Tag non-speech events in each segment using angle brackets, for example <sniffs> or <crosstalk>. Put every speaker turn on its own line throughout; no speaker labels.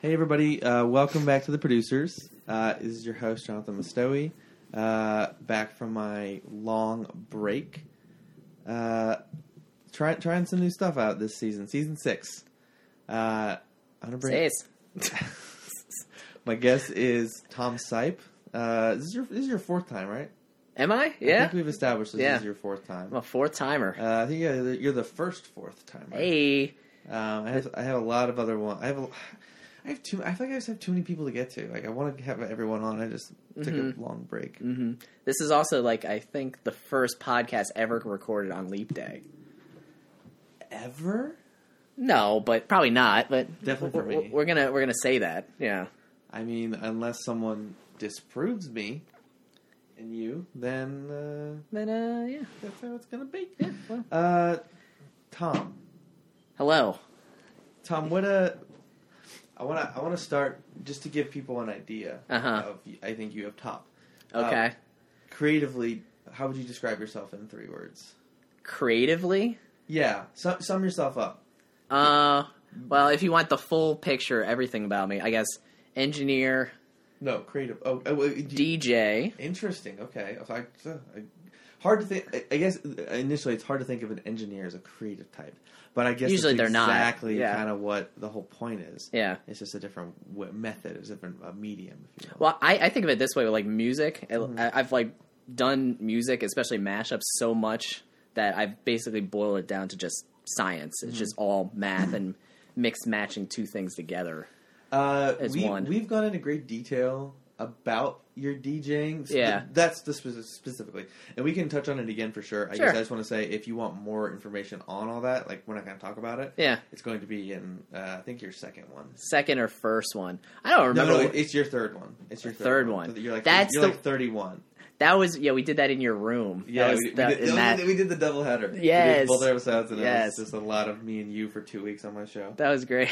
Hey, everybody. Uh, welcome back to The Producers. Uh, this is your host, Jonathan Mustowi, uh, back from my long break. Uh, try, trying some new stuff out this season, season six. Uh, on a break.
Says.
My guest is Tom Sipe. Uh, this, is your, this is your fourth time, right?
Am I?
I
Yeah.
think we've established this
Yeah.
is your fourth time.
I'm a four timer.
Uh, I think you're the, you're the first fourth timer.
hey.
Um, I have I have a lot of other one. I have a, I have too. I feel like I just have too many people to get to. Like I want to have everyone on. I just took a long break.
hmm This is also like I think the first podcast ever recorded on Leap Day.
Ever?
No, but probably not. But
Definitely for
we're,
me.
we're gonna we're gonna say that. Yeah.
I mean, unless someone disproves me, and you, then uh,
But uh, yeah.
that's how it's gonna be.
Yeah. Well,
Uh, Tom,
hello.
Tom, what a. I want to. I want to start just to give people an idea
Uh-huh.
of. I think you have top. Uh,
Okay.
creatively, how would you describe yourself in three words?
Creatively.
Yeah, sum, sum yourself up.
Uh. Well, if you want the full picture, everything about me, I guess engineer,
No, creative. Oh, oh, wait, do you-
DJ.
interesting. Okay, If I, so, I- hard to think. I- I guess uh, initially it's hard to think of an engineer as a creative type, but I guess
Usually
that's
they're not,
exactly
yeah.
kind of what the whole point is.
Yeah.
It's just a different w- method. It's a different uh, medium. If you will.
Well, I, I think of it this way with like music. I-
Mm-hmm.
I, I've like done music, especially mashups, so much that I've basically boiled it down to just science.
Mm-hmm.
It's just all math and mixed matching two things together.
Uh,
It's
we,
one.
We've gone into great detail about your DJing. Sp-
Yeah.
That's the spec- specifically. And we can touch on it again for sure. I
Sure.
guess I just want to say if you want more information on all that, like we're not going to talk about it.
Yeah.
It's going to be in, uh, I think, your second one.
Second or first one? I don't
No,
remember.
no,
what-
it's your third one. It's your third,
Third one.
So you're like,
That's
you're
the-
like 31.
that was yeah. We did that in your room. That
Yeah,
was-
we, did- we
that-
did,
in
we
that-
did- we did the double header. We did
Yes.
both episodes, and
Yes.
it was just a lot of me and you for two weeks on my show.
<laughs> that was great.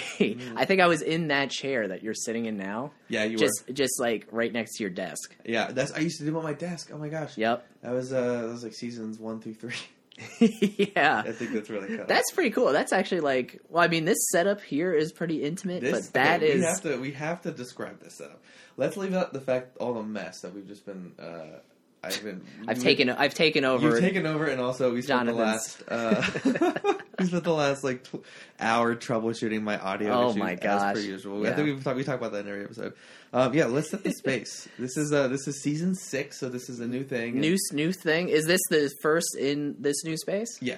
I think I was in that chair that you're sitting in now,
Yeah, Mm-hmm. you
just just like right next to your desk.
were. Yeah, that's I used to do it on my desk. Oh my gosh. <laughs>
Yep.
That was uh, that was like seasons one through three.
<laughs>
<laughs>
yeah.
I think that's really cool.
That's pretty cool. That's actually like, well, I mean, this setup here is pretty intimate, but that
okay,
is
we have to we have to describe this setup. Let's leave out the fact all the mess that we've just been. Uh, I've been.
I've
you-
taken I've taken over.
You've taken over, and also we spent
Jonathan's.
the last uh, <laughs> we spent the last like tw- hour troubleshooting my audio.
Oh
issues
my
As
gosh.
per usual, I
Yeah.
think we've talked we talked about that in every episode. Um, yeah, let's
<laughs>
set the space. this is uh, this is season six, so this is a new thing.
new new thing. Is this the first in this new space?
yeah,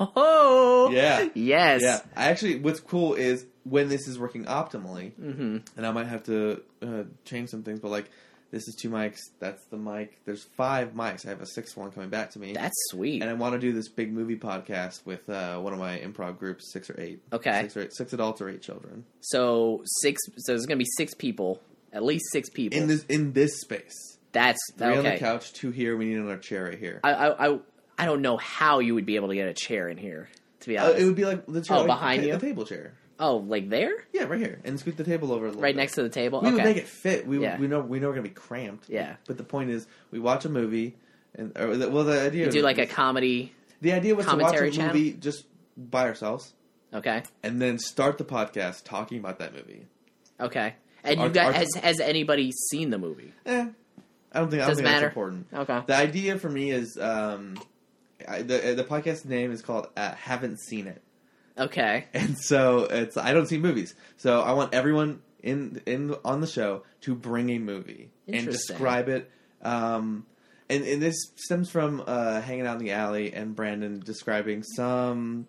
Oh
Yeah.
yes.
yeah. I actually, what's cool is when this is working optimally,
hmm
and I might have to uh, change some things, but like. This is two mics. That's the mic. There's five mics. I have a sixth one coming back to me.
That's sweet.
<laughs> and I want to do this big movie podcast with uh, one of my improv groups, six or eight.
Okay.
Six, or eight, six adults or eight children
So six. So there's gonna be six people, at least six people.
in this in this space.
That's
Three on the
okay.
couch, two here. We need another chair right here.
I, I I I don't know how you would be able to get a chair in here. To be
Uh,
honest.
it would be like the chair
Oh,
like
behind
the, ta-
you?
the table chair.
oh, like there,
Yeah, right here, and scoot the table over a little.
right
bit.
next to the table.
We
okay.
would make it fit. We
Yeah.
we know we know we're gonna be cramped.
Yeah.
But the point is, we watch a movie, and or the, well, the idea
do like a comedy.
the idea was to watch a
commentary
movie
channel?
just by ourselves,
Okay.
and then start the podcast talking about that movie.
Okay. And
Our-
you got
our-
has has anybody seen the movie?
Eh, I don't think I don't
Doesn't
think that's
matter.
important.
Okay.
The idea for me is um, I, the the podcast name is called uh, "Haven't Seen It," <laughs>
Okay.
and so it's I don't see movies, so I want everyone in in on the show to bring a movie and
Interesting.
describe it. Um, and, and this stems from uh, hanging out in the alley and Brandon describing some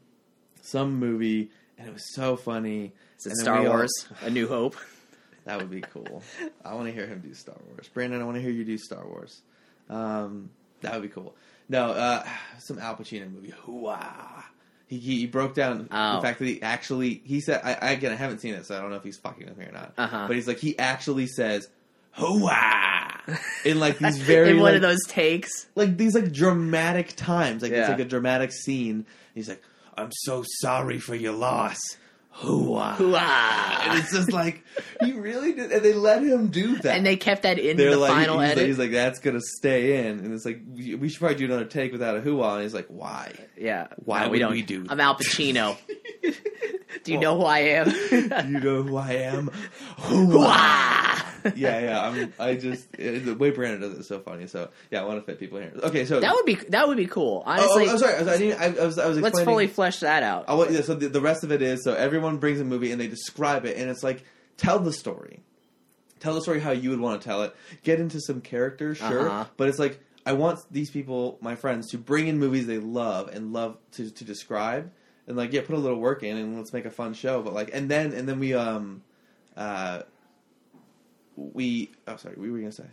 some movie, and it was so funny.
Is it
And then
Star
we all-
Wars? A New
<laughs>
Hope?
That would be cool. I want to hear him do Star Wars. Brandon, I want to hear you do Star Wars. Um, that would be cool. No, uh, some Al Pacino movie. Hooah. He, he he broke down the
Oh.
fact that he actually he said I, I again I haven't seen it so I don't know if he's fucking with me or not.
Uh-huh.
But he's like he actually says
<laughs>
hooah in like these very
in one
like,
of those
<laughs>
takes.
like these like dramatic times like it's
Yeah.
like a dramatic scene. He's like I'm so sorry for your loss. Hooah. And
Hooah!
it's just like you really did, and they let him do that.
And they kept that in
They're
the
like,
final
he's, like,
edit.
he's like, that's gonna stay in, and it's like, we we should probably do another take without a hoo And he's like, why?
yeah.
Why
we
would <laughs>
don't.
we do
I'm Al Pacino. Do you know who
<laughs>
I am?
you know who I am. <laughs>
Wah!
yeah, yeah. I'm, I just it, the way Brandon does it is so funny. So yeah, I want to fit people here. Okay, so
That would be that would be cool.
Oh,
Honestly,
oh, I'm sorry. I was, I, didn't, I, I was, I was explaining.
let's fully flesh that out.
I want, yeah, so the, the rest of it is so everyone brings a movie and they describe it, and it's like tell the story, tell the story how you would want to tell it. Get into some characters, sure,
Uh-huh.
but it's like I want these people, my friends, to bring in movies they love and love to to describe, and like yeah, put a little work in and let's make a fun show. But like, and then and then we um, uh, we oh sorry, we were you gonna say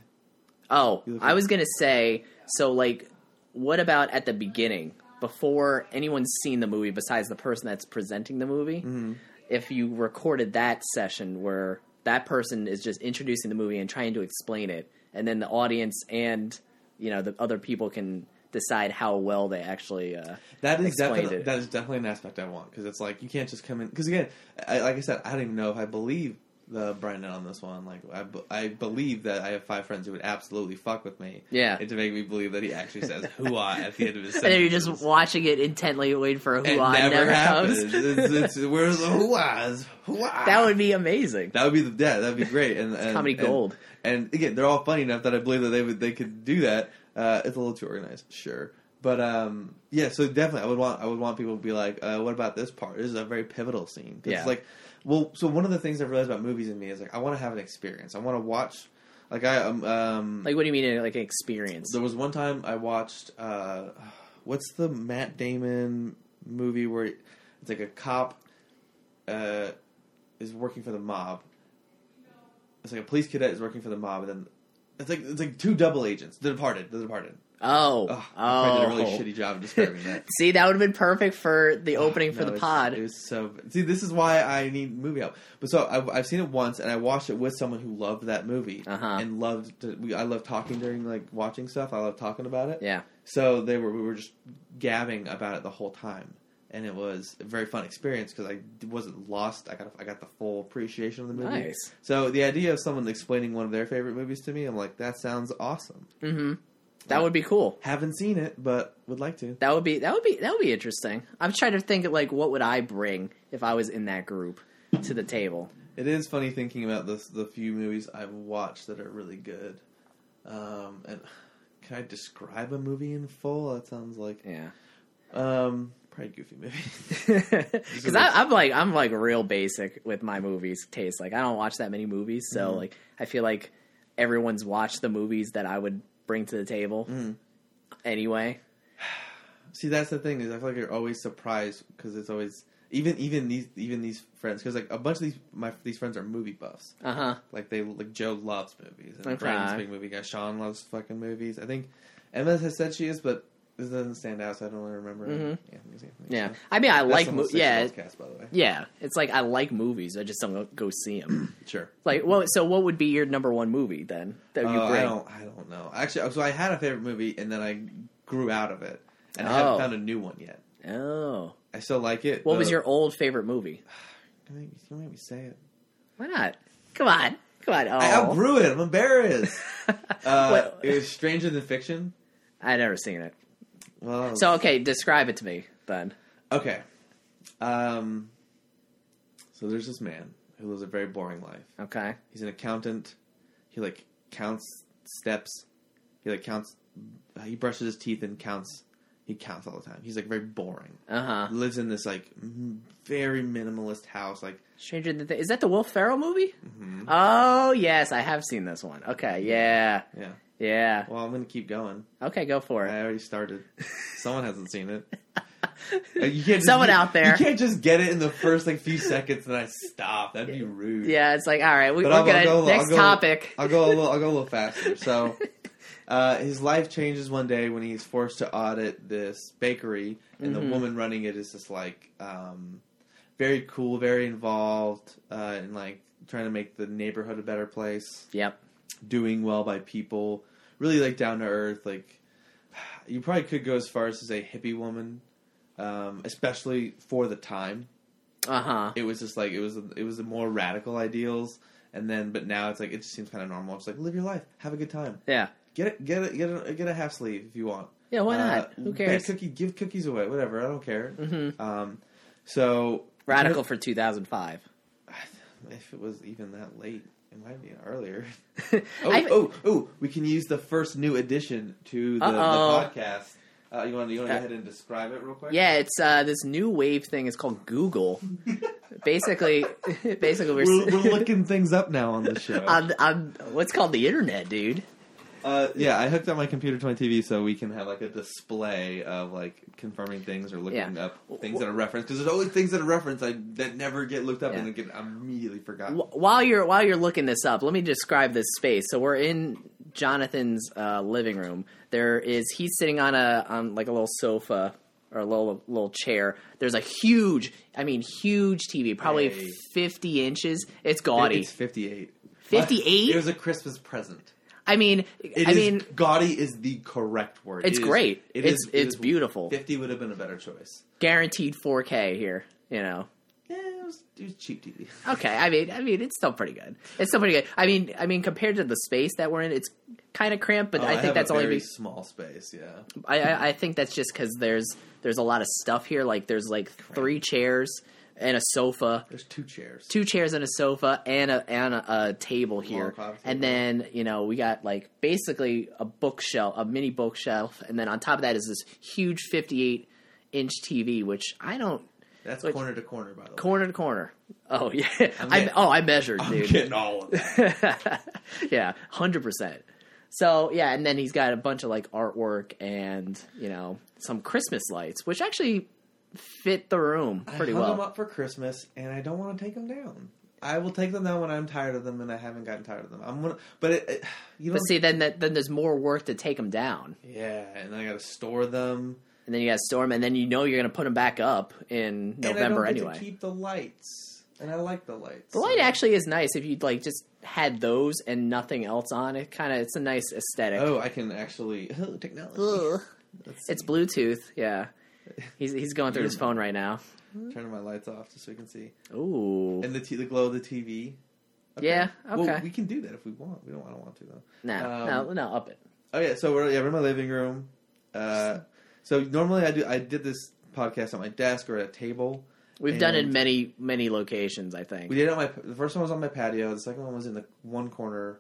Oh,
You look
I
like-
was gonna say. So, like, what about at the beginning, before anyone's seen the movie, besides the person that's presenting the movie?
Mm-hmm.
If you recorded that session where that person is just introducing the movie and trying to explain it, and then the audience and you know the other people can decide how well they actually. Uh,
That is
explained
definitely
it.
that is definitely an aspect I want because it's like you can't just come in because again, I, like I said, I don't even know if I believe the Brandon on this one. Like I, be- I believe that I have five friends who would absolutely fuck with me,
Yeah.
and to make me believe that he actually says "hooah" at the end of his
<laughs>
sentence.
and then you're just watching it intently, waiting for a
it
hoo
never,
never
happens.
comes.
It's- it's- where's the hooahs? Hooah.
<laughs> That would be amazing.
That would be the yeah, that'd be great.
<laughs>
And, and
comedy
and-
gold.
And, again, they're all funny enough that I believe that they would they could do that. Uh, it's a little too organized, sure, but um, yeah. So definitely, I would want I would want people to be like, uh, "What about this part? This is a very pivotal scene." 'Cause
Yeah.
It's like, well, so one of the things I've realized about movies and me is like, I want to have an experience. I want to watch. Like I um, um
Like, what do you mean, like an experience?
there was one time I watched uh, what's the Matt Damon movie where it's like a cop uh, is working for the mob. It's like a police cadet is working for the mob, and then it's like it's like two double agents. The Departed. The Departed.
oh,
Ugh, I
oh,
did a really shitty job of describing that.
See, that would have been perfect for the <laughs> opening
Oh, No,
for the
it's-
pod.
It was so. See, this is why I need movie help. But so I've, I've seen it once, and I watched it with someone who loved that movie
Uh-huh.
and loved. To, we, I love talking during like watching stuff. I love talking about it.
yeah.
So they were we were just gabbing about it the whole time, and it was a very fun experience because I d- wasn't lost. I got I got the full appreciation of the movie.
Nice.
So the idea of someone explaining one of their favorite movies to me, I'm like, that sounds awesome.
Mm-hmm. That would be cool.
Haven't seen it, but would like to.
That would be that would be that would be interesting. I'm trying to think of like what would I bring if I was in that group to the table.
It is funny thinking about the the few movies I've watched that are really good. Um, and <sighs> can I describe a movie in full? That sounds like
Yeah.
um, probably goofy <laughs> movies.
<laughs> Because I'm like I'm like real basic with my movies taste. Like I don't watch that many movies, so
Mm-hmm.
like I feel like everyone's watched the movies that I would bring to the table
Mm.
anyway.
See, that's the thing is I feel like you're always surprised because it's always even even these even these friends because like a bunch of these my these friends are movie buffs.
Uh huh.
Like they like Joe loves movies and
Okay.
Brandon's big movie guy. Sean loves fucking movies. I think Emma has said she is, but this doesn't stand out, so I don't really remember.
Mhm.
Anthony's- Anthony's-
Yeah. I mean, I
That's
like
the
mo-
most
yeah,
sexualized Cast, by the way.
yeah. It's like I like movies. I just don't go see them.
Sure.
<clears throat> Like, well, so what would be your number one movie then that you
Oh, I
bring?
don't. I don't know. Actually, so I had a favorite movie, and then I grew out of it, and I
Oh.
haven't found a new one yet.
Oh,
I still like it.
what was
though-
your old favorite movie?
Don't make me- don't make me say it.
Why not? Come on, come on. Oh,
I outgrew it. I'm
<laughs>
embarrassed. Uh,
What-
it was Stranger Than Fiction.
I never seen it.
Well,
So okay, describe it to me then.
okay. Um, so there's this man who lives a very boring life.
Okay,
He's an accountant. He like counts steps. He like counts. He brushes his teeth and counts. He counts all the time. He's like very boring.
uh huh.
Lives in this like m- very minimalist house. Like
Stranger than Thi- is that the Will Ferrell movie?
Mm-hmm.
Oh yes, I have seen this one. Okay, yeah,
yeah.
yeah.
Well, I'm gonna keep going.
Okay, go for
I
it.
already started. Someone hasn't seen it. Uh, You can't just,
Someone
you-
out there.
You can't just get it in the first like few seconds and I stop. That'd be rude.
<laughs> Yeah, it's like all right. We,
But
we're
I'll-
good.
I'll go-
Next
I'll go-
topic.
I'll go a little. I'll go a little faster. So, uh, his life changes one day when he's forced to audit this bakery, and
Mm-hmm.
the woman running it is just like um, very cool, very involved, uh, and like trying to make the neighborhood a better place,
<laughs> Yep.
doing well by people, really like down to earth. Like <sighs> you probably could go as far as to say hippie woman, um, especially for the time
Uh huh.
it was just like it was it was the more radical ideals and then but now it's like it just seems kind of normal it's like live your life have a good time
Yeah.
get it get it get a, get a half sleeve if you want
Yeah. Oh, Why
Uh,
not? Who
bake
cares?
cookie give cookies away whatever i don't care
Mhm.
um so
Radical for 2005.
If it was even that late, it might be earlier. Oh,
<laughs> I-
oh, oh! We can use the first new addition to the, the
Uh-oh.
podcast. Uh, you want to you want to
Uh,
go ahead and describe it real quick?
Yeah, it's uh, this new wave thing is called
<laughs>
Google. basically, <laughs> basically we're,
We're,
<laughs>
we're looking things up now on the show.
on on what's called the internet, dude.
Uh, yeah, I hooked up my computer to my TV so we can have like a display of like confirming things or looking
Yeah.
up things that are referenced because there's always things that are referenced I, that never get looked up
Yeah.
and then get immediately forgotten.
Wh- While you're while you're looking this up, let me describe this space. So we're in Jonathan's uh, living room. There is he's sitting on a on like a little sofa or a little little chair. There's a huge, I mean, huge TV, probably
Hey.
50 inches. It's gaudy.
It's 58.
58?
It was a Christmas present.
I mean,
It
I
is-
mean,
gaudy is the correct word.
It's
It is-
great.
it
It's-
is-
it's beautiful.
50 would have been a better choice.
guaranteed 4K here. You know.
Yeah, it was, it was cheap TV.
Okay, I mean, I mean, it's still pretty good. It's still pretty good. I mean, I mean, compared to the space that we're in, it's kind of cramped. But
Oh,
I think
have
that's
a
only
very
be-
small space. Yeah,
I, I, I think that's just because there's there's a lot of stuff here. Like there's like three chairs and a sofa,
there's two chairs.
two chairs and a sofa, and a and a, a table here.
coffee
And
table.
then you know we got like basically a bookshelf, a mini bookshelf, and then on top of that is this huge 58 inch TV, which I don't
That's
Which-
corner to corner, by the way.
corner to corner. Oh yeah, <laughs> I
getting-
oh I measured,
I'm
dude.
getting all of that.
<laughs> yeah, hundred percent. So yeah, and then he's got a bunch of like artwork and you know some Christmas lights, which actually fit the room pretty
I hung them
well.
up for Christmas, and I don't want to take them down. I will take them down when I'm tired of them, and I haven't gotten tired of them. I'm gonna, but it, it- you know,
But see, then that, then there's more work to take them down,
yeah, and I got to store them.
and then you got to store them, and then you know you're gonna put them back up in
And I
November
don't get to
anyway.
keep the lights, and I like the lights.
The light actually is nice if you'd like just had those and nothing else on. It kind of it's a nice aesthetic.
Oh, I can actually. <laughs> Oh, technology.
Ugh.
Let's
It's Bluetooth. Yeah, he's he's going through his phone right now.
turn my lights off just so we can see.
Ooh,
And the t- the glow of the TV.
Yeah, okay.
Well, we can do that if we want. We don't. I don't want to though.
no,
um,
no, no, up it.
Oh yeah, so we're yeah we're in my living room. Uh, so normally I do I did this podcast on my desk or at a table.
We've done it in
And-
many, many locations, I think.
We did it on my the first one was on my patio. The second one was in the one corner.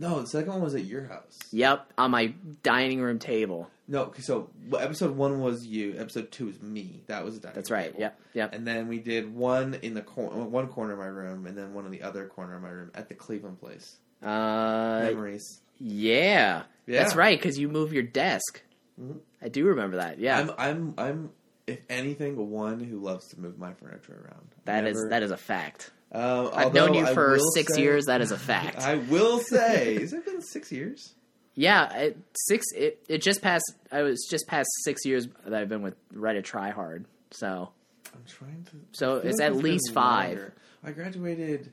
No, the second one was at your house.
yep, on my dining room table.
No, 'cause so well, episode one was you. Episode two was me. That was the
That's right. Yep, yep.
And then we did one in the cor- uh, one corner of my room, and then one in the other corner of my room at the Cleveland place.
Uh,
Memories.
yeah.
Yeah.
that's right. Because you move your desk.
Mhm.
I do remember that. Yeah,
I'm I'm I'm if anything one who loves to move my furniture around.
that is that is a fact.
Um,
I've known
although
you
I
for
will
six
say-
years. That is a fact.
I
<laughs>
will say, has it been six years?
yeah, it, six. It, it just passed. I was just past six years that I've been with Reddit Try Hard. So
I'm trying to.
So
I feel
Oh, it's at
been
least five.
longer. I graduated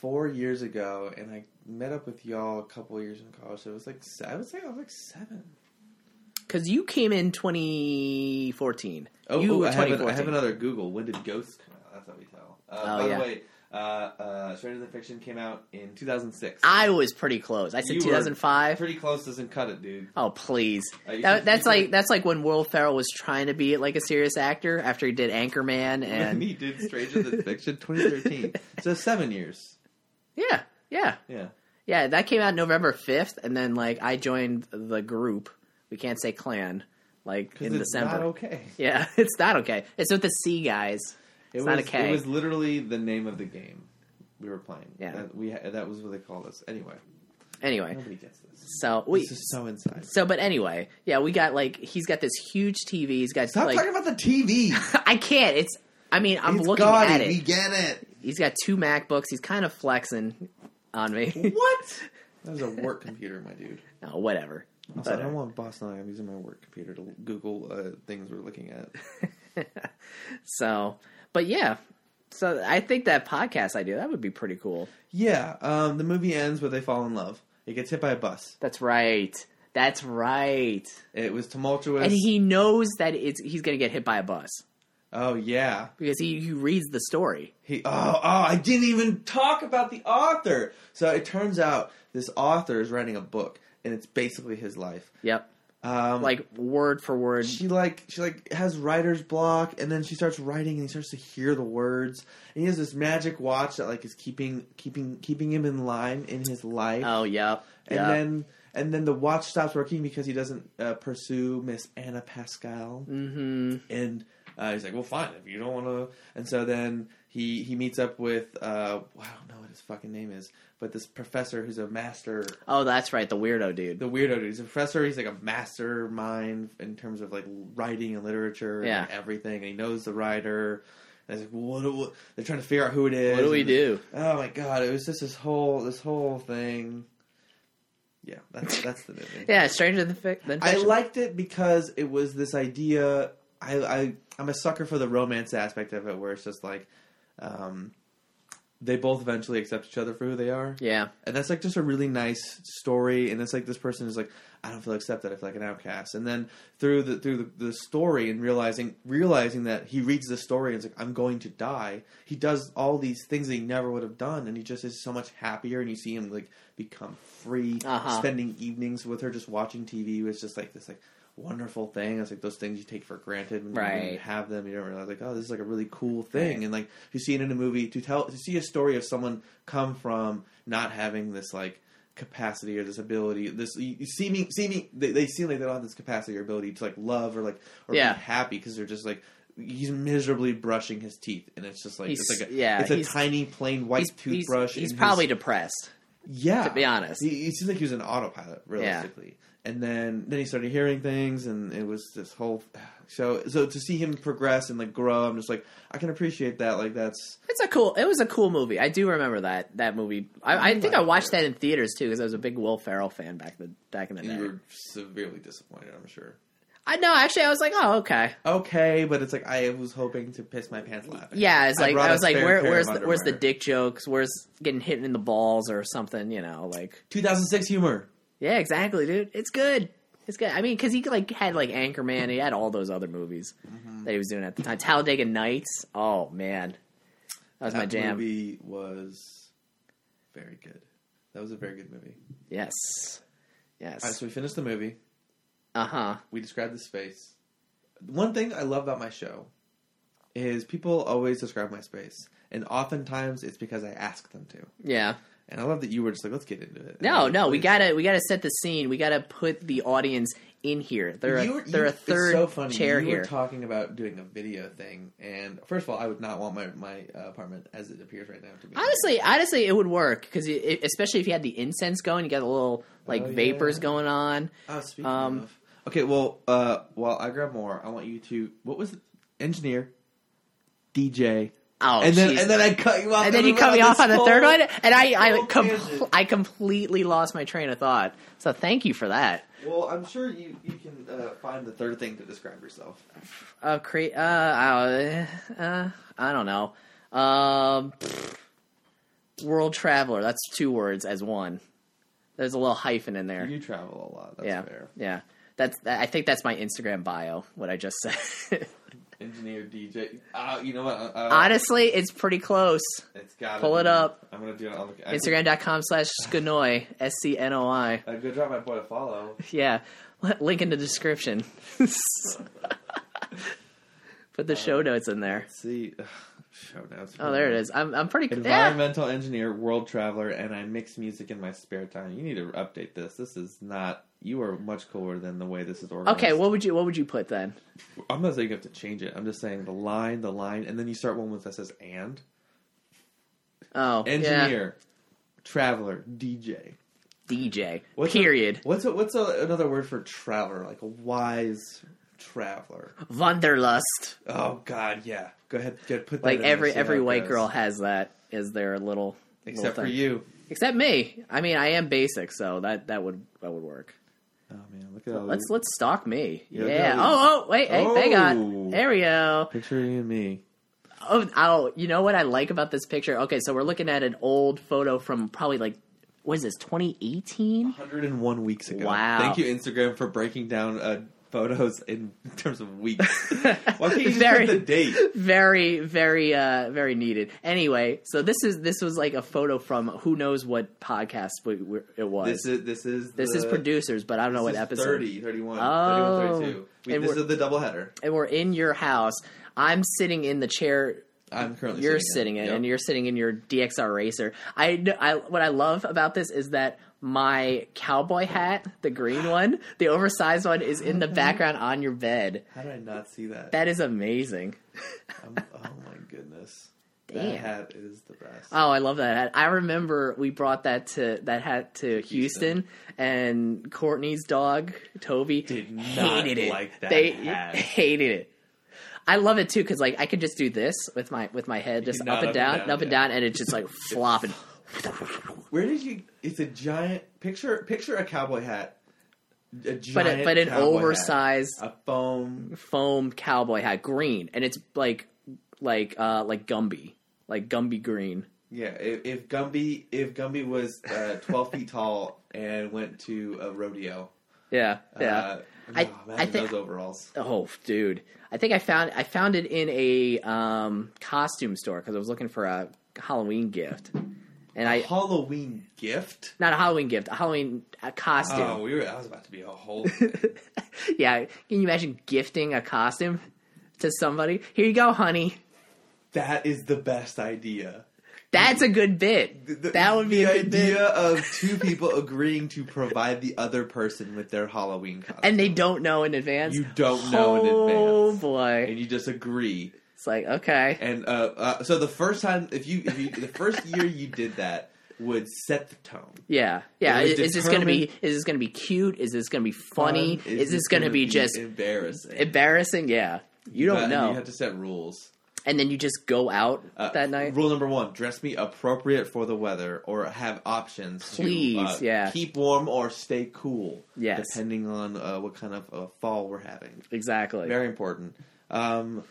four years ago, and I met up with y'all a couple years in college. So it was like se- I would say I was like seven.
because you came in 2014.
Oh,
you
ooh,
were
I, have an-
2014.
I have another Google. When did Ghosts come out? That's how we tell. Uh,
Oh,
by
yeah.
the way, uh, uh, Stranger Than Fiction came out in 2006.
I was pretty close. I said
You were
2005.
Pretty close doesn't cut it, dude. <laughs>
Oh please!
Uh, you
That,
can-
that's
you
like
can-
that's like when Will Ferrell was trying to be like a serious actor after he did Anchorman
And
and
he did Stranger Than Fiction
<laughs>
2013. So seven years.
yeah, yeah,
Yeah.
yeah. That came out November fifth, and then like I joined the group. We can't say clan like
Because
in
it's
December.
not okay.
Yeah, <laughs> it's not okay. It's with the C guys.
It
It's
was,
not a K.
It was literally the name of the game we were playing.
Yeah.
that, we ha- that was what they called us. Anyway,
anyway,
nobody gets this.
so we
This is so inside.
so but anyway, yeah, we got like he's got this huge TV. He's got
Stop
like
talking about the <laughs> TV.
I can't. It's I mean I'm
it's
looking
gaudy.
at it.
We get it.
He's got two MacBooks. He's kind of flexing on me.
<laughs>
<laughs>
What? That was a work computer, my dude.
no, whatever.
Also, I don't
Whatever.
want Boss Nine. I'm using my work computer to Google uh, things we're looking at.
So, but yeah. So I think that podcast idea that would be pretty cool.
<laughs> Yeah, um, the movie ends where they fall in love. It gets hit by a bus.
That's right. That's right.
It was tumultuous.
And he knows that it's he's going to get hit by a bus
oh yeah.
because he, he reads the story.
He, oh, oh, I didn't even talk about the author. So it turns out this author is writing a book, and it's basically his life.
Yep.
Um,
like word for word.
she like she like has writer's block and then she starts writing and he starts to hear the words and he has this magic watch that like is keeping keeping keeping him in line in his life
Oh yeah,
and
yeah.
then and then the watch stops working because he doesn't uh, pursue miss anna pascal
hmm
and uh, he's like well fine if you don't want to and so then he he meets up with uh i don't know what his fucking name is but this professor who's a master
Oh, that's right, the weirdo dude.
the weirdo dude. He's a professor. He's like a mastermind in terms of like writing and literature
Yeah.
and everything. And he knows the writer. And it's like, what, do- what? They're trying to figure out who it is.
what do we
And-
do?
Oh my god! It was just this whole this whole thing. Yeah, that's that's the movie.
<laughs> Yeah, stranger than, fic- than
I
fiction.
liked it because it was this idea. I, I I'm a sucker for the romance aspect of it, where it's just like, um, they both eventually accept each other for who they are
yeah,
and that's like just a really nice story and it's like this person is like i don't feel accepted i feel like an outcast and then through the through the, the story and realizing realizing that he reads the story and is like i'm going to die he does all these things that he never would have done and he just is so much happier and you see him like become free
Uh-huh.
spending evenings with her just watching tv was just like this like wonderful thing it's like those things you take for granted when you
Right.
didn't have them you don't realize like oh this is like a really cool thing and like to see it in a movie to tell to see a story of someone come from not having this like capacity or this ability this you, you see me see me they, they seem like they don't have this capacity or ability to like love or like or
Yeah.
be happy because they're just like he's miserably brushing his teeth and it's just like
He's-
it's like a,
yeah,
it's a
he's-
tiny plain white
he's, he's,
toothbrush
he's
in his-
probably depressed.
yeah.
to be honest.
he, it seems like he was an autopilot, realistically. And then, then he started hearing things, and it was this whole. <sighs> So, so to see him progress and like grow, I'm just like, I can appreciate that. Like that's
It's a cool. It was a cool movie. I do remember that that movie. I, I think I watched that in theaters too because I was a big Will Ferrell fan back the back in the
you
day.
were severely disappointed, I'm sure.
I know. Actually, I was like, oh okay,
Okay, but it's like I was hoping to piss my pants laughing.
yeah. It's like
brought
I, was
a
like,
fair
where,
pair
where's
of
the, where's the
underwear.
dick jokes? Where's getting hit in the balls or something? You know, like
2006 humor?
yeah, exactly, dude. It's good. It's good. I mean, because he like had like Anchorman. He had all those other movies
Mm-hmm.
that he was doing at the time. Talladega Nights. Oh man, that was my
that
jam.
movie was very good. That was a very good movie.
Yes,
All right,
yes.
so we finished the movie.
Uh huh.
we described the space. One thing I love about my show is people always describe my space, and oftentimes it's because I ask them to.
Yeah.
And I love that you were just like, let's get into it. And I'm
No,
like,
no, we
please.
gotta we gotta set the scene. We gotta put the audience in here. They're
You
a,
were-
they're
you-
a third
it's so funny.
chair
you
here.
were talking about doing a video thing, and first of all, I would not want my my uh, apartment as it appears right now to be.
honestly, honestly, it would work because especially if you had the incense going, you got a little like
Oh, yeah.
vapors going on.
oh, speaking
um,
of, okay, well, uh, while I grab more, I want you to what was it? engineer, DJ,
Oh,
and then
jeez.
and then I cut you off,
And then you
we
cut
went
me off
this
on the
whole-
third one, and I I,
whole
com-
tangent.
I completely lost my train of thought. So thank you for that.
Well, I'm sure you you can uh, find the third thing to describe yourself.
Uh, cre- uh, uh, uh, I don't know. Um, world traveler. That's two words as one. There's a little hyphen in there.
You travel a lot. That's
yeah,
fair.
yeah. That's. that- I think that's my Instagram bio. What I just
<laughs>
said. <laughs>
Engineer DJ. Uh, you know what? Uh, uh,
Honestly, it's pretty close.
it's got
pull it up.
I'm gonna do it. On the, I-
Instagram.com slash skanoy. S C N O I.
Uh, good job, my boy. to Follow.
Yeah. <laughs> Link in the description. <laughs> Put the show notes in there.
Let's see, Ugh, show notes.
Oh, there it is. I'm. I'm pretty. Yeah.
Environmental engineer, world traveler, and I mix music in my spare time. You need to update this. This is not. You are much cooler than the way this is organized.
Okay, what would you what would you put then?
I'm not saying you have to change it. I'm just saying the line, the line, and then you start one with that says and
Oh,
engineer, traveler, DJ.
yeah. DJ.
What's a-
period.
What's a, what's a, another word for traveler? Like a wise traveler.
Wanderlust.
Oh God, yeah. Go ahead, get put that
Like
in
every
there, see
every
how it
white
goes.
girl has that. Is their little
except
little
for
thing.
you.
Except me. I mean, I am basic, so that that would that would work.
Oh man, look at all
Let's
let's
let's stalk me.
Yeah,
Yeah.
that is-
Oh oh wait. Hey, they got.
Oh.
There we go.
picture you and me.
Oh oh. You know what I like about this picture? Okay, so we're looking at an old photo from probably like what is this 2018?
101 weeks ago.
Wow.
Thank you Instagram for breaking down uh, photos in terms of
<laughs>
weeks. Why can't you just
Very-
put the date?
very very uh very needed anyway so this is this was like a photo from who knows what podcast we, we, it was
This
this is,
is this is the,
producers but i don't know what
this is
episode
30, 31,
Oh.
31, 32. We,
And
this
we're-
is the doubleheader.
and we're in your house i'm sitting in the chair
I'm currently
you're
sitting
sitting in,
Yep.
and you're sitting in your DXR racer. I, kn- I- what I love about this is that my cowboy hat, the green one, the oversized one, is in the background on your bed.
How did I not see that?
That is amazing.
I'm- oh my goodness. That
<laughs> Damn.
hat is the best.
Oh, I love that hat. I remember we brought that to that hat to Houston, and Courtney's dog Toby
Did not
hated it.
like that
they
hat.
<laughs> hated it. I love it too because like I could just do this with my with my head just
can
up
nod
and down, up and
yeah.
down, and it's
<laughs>
just like flopping.
Where did you? It's a giant picture. Picture a cowboy hat. A giant,
but a, but an
cowboy hat.
oversized
a foam.
foam cowboy hat, green, and it's like like uh like Gumby, like Gumby green.
Yeah, if, if Gumby if Gumby was uh, twelve feet tall and went to a rodeo,
Yeah, yeah.
Uh,
I-
oh,
I
imagine
think-
those overalls.
Oh, dude! I think I found I found it in a um, costume store because I was looking for a Halloween gift, and I
Halloween gift.
not a Halloween gift, a Halloween a costume.
Oh, we were. That was about to be a whole. thing.
<laughs> Yeah, can you imagine gifting a costume to somebody? Here you go, honey.
that is the best idea.
That's a good bit.
The-
that would be
the
a good bit.
idea of
<laughs>
two people agreeing to provide the other person with their Halloween costume,
And they don't know in advance.
you don't know in
Oh
advance,
boy!
and you just agree.
It's like okay,
And uh, uh, so the first time, if you, if you, the first year you did that would set the tone.
yeah, yeah.
It was
Is, is this gonna be? Is this gonna be cute? Is this gonna be funny?
Fun.
is, this, gonna, be, just
embarrassing?
embarrassing? Yeah, you
But-
don't
and
know.
You have to set rules
and then you just go out
Uh,
that night.
Rule number one: dress me appropriate for the weather, or have options.
Please,
to, uh,
yeah.
keep warm or stay cool.
Yes.
depending on uh, what kind of uh, fall we're having.
Exactly.
Very important. Um,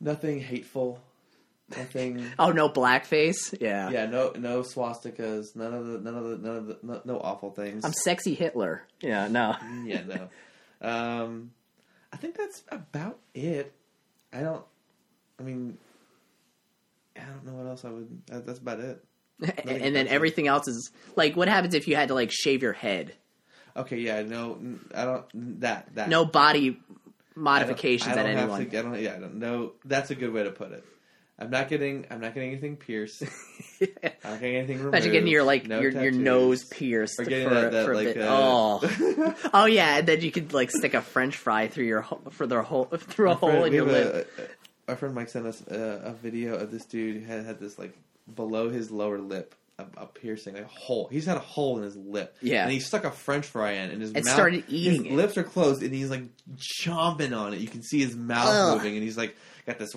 nothing hateful.
<laughs>
Nothing.
oh no, blackface. Yeah.
Yeah, no, no swastikas, none of the, none of the, none of the, no, no awful things.
I'm sexy Hitler. Yeah. No.
<laughs> yeah, no. Um, I think that's about it. I don't. I mean, I don't know what else I would. That, that's about it.
and, <laughs> and then everything else is like, what happens if you had to like shave your head?
Okay, yeah, no, n- I don't. That that
No body
I don't-
modifications
I don't
at
have
anyone.
To, I don't. Yeah, I don't know. That's a good way to put it. I'm not getting. I'm not getting anything
<laughs>
pierced. I'm not getting anything removed.
Imagine getting your like
no
your, your
tattoos.
nose pierced
Or
for,
getting that, that
for a
like
bit.
uh,
oh,
<laughs>
oh yeah. And then you could like stick a French fry through your ho- for their hole <laughs> through a
friend-
hole in
we
your
have a-
lip.
a- our friend Mike sent us a, a video of this dude who had, had this like below his lower lip a, a piercing, like a hole. He's had a hole in his lip.
Yeah.
and he stuck a French fry in, and his
And
mouth
started eating
His
it.
lips are closed, and he's like chomping on it. You can see his mouth
Ugh.
moving, and he's like got this.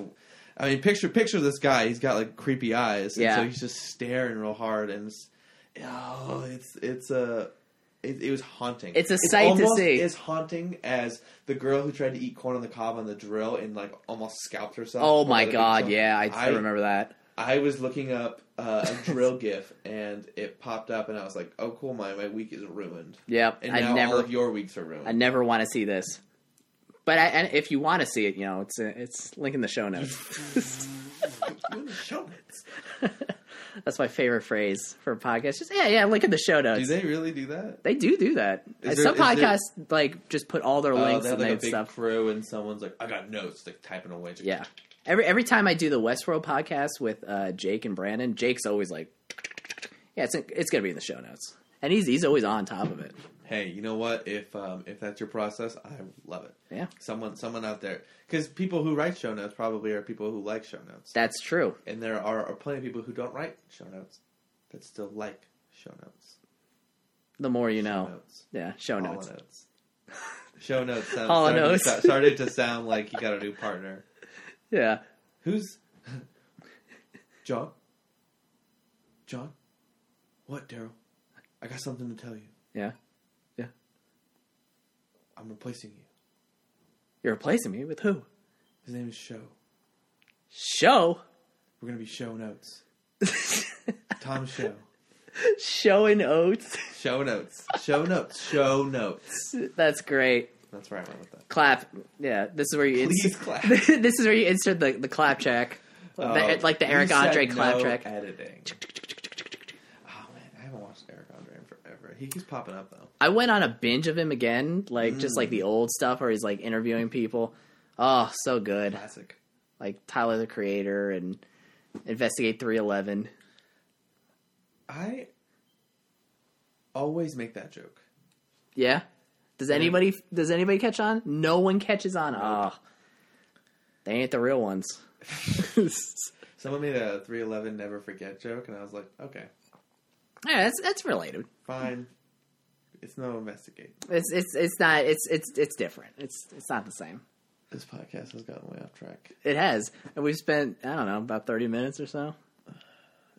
I mean, picture picture this guy. He's got like creepy eyes, and
Yeah.
so he's just staring real hard, and it's, oh, it's it's a. It, it was haunting.
It's a sight to
almost
see.
as haunting as the girl who tried to eat corn on the cob on the drill and like almost scalped herself.
Oh my
Or, like,
god!
some-
Yeah, I, I remember that.
I was looking up uh, a drill gif and it popped up, and I was like, "Oh cool, my my week is ruined."
Yep.
And
I
now
never
all of your weeks are
I
ruined.
never want to see this. But I, and if you want to see it, you know, it's it's link in the show
<laughs>
notes.
Show notes.
That's my favorite phrase for podcasts. Just yeah, yeah, link in the show
Do
notes.
they really do that?
They do do that.
Is
Some
there- is there-
podcasts like just put all their
Oh,
links
they have
and
like a
that
big
stuff.
crew, and someone's like, "I got notes," like typing away. Just-
Yeah. Every every time I do the Westworld podcast with uh, Jake and Brandon, Jake's always like, yeah, it's it's gonna be in the show notes, and he's he's always on top of it.
Hey, you know what? If um, if that's your process, I love it.
Yeah,
Someone someone out there, because people who write show notes probably are people who like show notes.
that's true.
And there are, are plenty of people who don't write show notes that still like show notes.
The more you know.
notes.
Yeah, show
Hollow
notes.
notes. <laughs> Show notes sound,
Hollow
started,
notes.
To, sou- started to sound like you got a new partner.
Yeah.
Who's <laughs> John? John? What, Daryl? I got something to tell you.
Yeah.
I'm replacing you.
You're replacing me with who?
His name is Show.
Show.
We're gonna be Show Notes.
<laughs>
Tom Show.
Showing oats.
Show Notes. Show Notes. Show Notes.
<laughs> That's great.
That's where I went with that.
clap. Yeah, this is where you
Please
ins- <laughs>
clap.
this is where you insert the, the clap track, The- eh,
Oh,
like the
you
Eric
said
Andre clap
no
track.
Editing. Oh man, I haven't watched Eric Andre in forever. He keeps popping up though.
I went on a binge of him again, like just like
Mm.
the old stuff where he's like interviewing people. Oh, so good.
Classic.
Like Tyler the Creator and Investigate 311.
I always make that joke.
Yeah. Does anybody does anybody catch on? No one catches on. Ah. They ain't the real ones. <laughs>
<laughs>
yeah,
Someone made a 311 never forget joke, and I was like, okay,
that's that's related.
fine. It's no investigate.
It's it's it's not it's it's it's different. It's it's not the same.
This podcast has gotten way off track.
It has. And we've spent I don't know, about 30 minutes or so.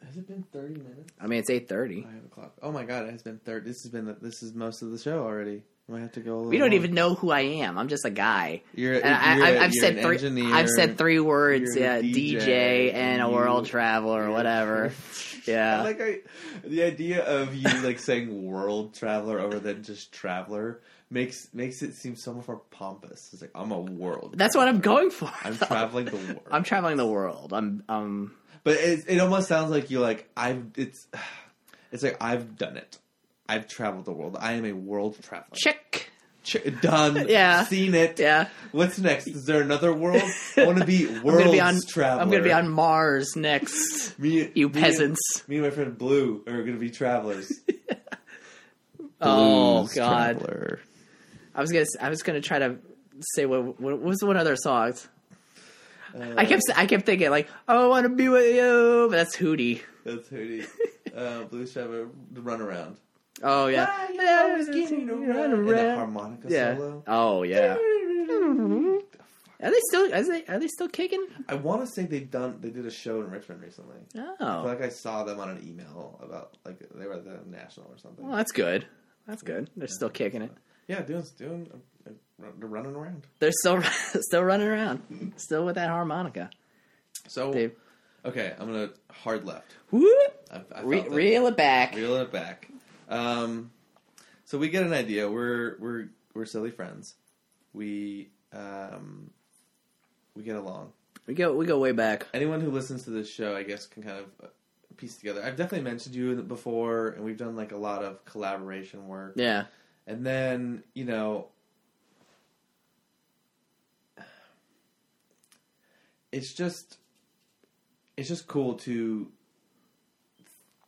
Has it been 30 minutes?
I mean, it's 8:30.
I have a clock. Oh my god, it has been 30. This has been the, this is most of the show already. I might have to go. A little
We don't
more.
even know who I am. I'm just a guy.
You're,
And I,
you're-
I, I've
you're
said
an
three.
engineer.
I've said three words.
you're
Yeah,
a
DJ,
DJ,
and a
you-
world travel or
you're- <laughs>
whatever.
I
Yeah,
like I, the idea of you like saying world traveler over than just traveler makes makes it seem so much more pompous. It's like I'm a world.
that's what I'm going for.
I'm
though.
traveling
<laughs>
the world.
I'm traveling the world. I'm um.
but it, it almost sounds like you like I've it's <sighs> it's like I've done it. I've traveled the world. I am a world traveler.
Check.
Ch- done.
<laughs> Yeah.
Seen it.
Yeah,
What's next? Is there another world? I want to be
<laughs> I'm
world's
gonna be on.
traveler.
I'm gonna be on Mars next.
Me,
You
me and-
peasants.
Me and my friend Blue are going to be travelers.
<laughs> Oh
Blues
God.
traveler.
I was gonna. s- I was gonna try to say what. What, what was the one other songs?
Uh,
I kept. s- I kept thinking like, "Oh, I want to be with you, but that's Hootie.
That's Hootie. uh, Blue Shadow, the runaround.
Oh <laughs> yeah.
And the harmonica
Yeah.
solo.
Oh yeah. Are they still? Are they? Are they still kicking?
I want to say they've done. They did a show in Richmond recently. I feel
Oh,
like I saw them on an email about like they were at the national or something.
well, that's good. That's good. They're still kicking it.
Yeah, doing doing uh, uh, they're running around.
They're still <laughs> still running around, still with that harmonica.
So
They
okay, I'm gonna hard left.
whoop,
I, I
re-
felt it.
reel it back.
Reel it back. Um, so we get an idea. We're we're we're silly friends. We um, we get along.
We go we go way back.
Anyone who listens to this show, I guess, can kind of uh, piece together. I've definitely mentioned you before, and we've done like a lot of collaboration work.
Yeah,
And then, you know, it's just it's just cool to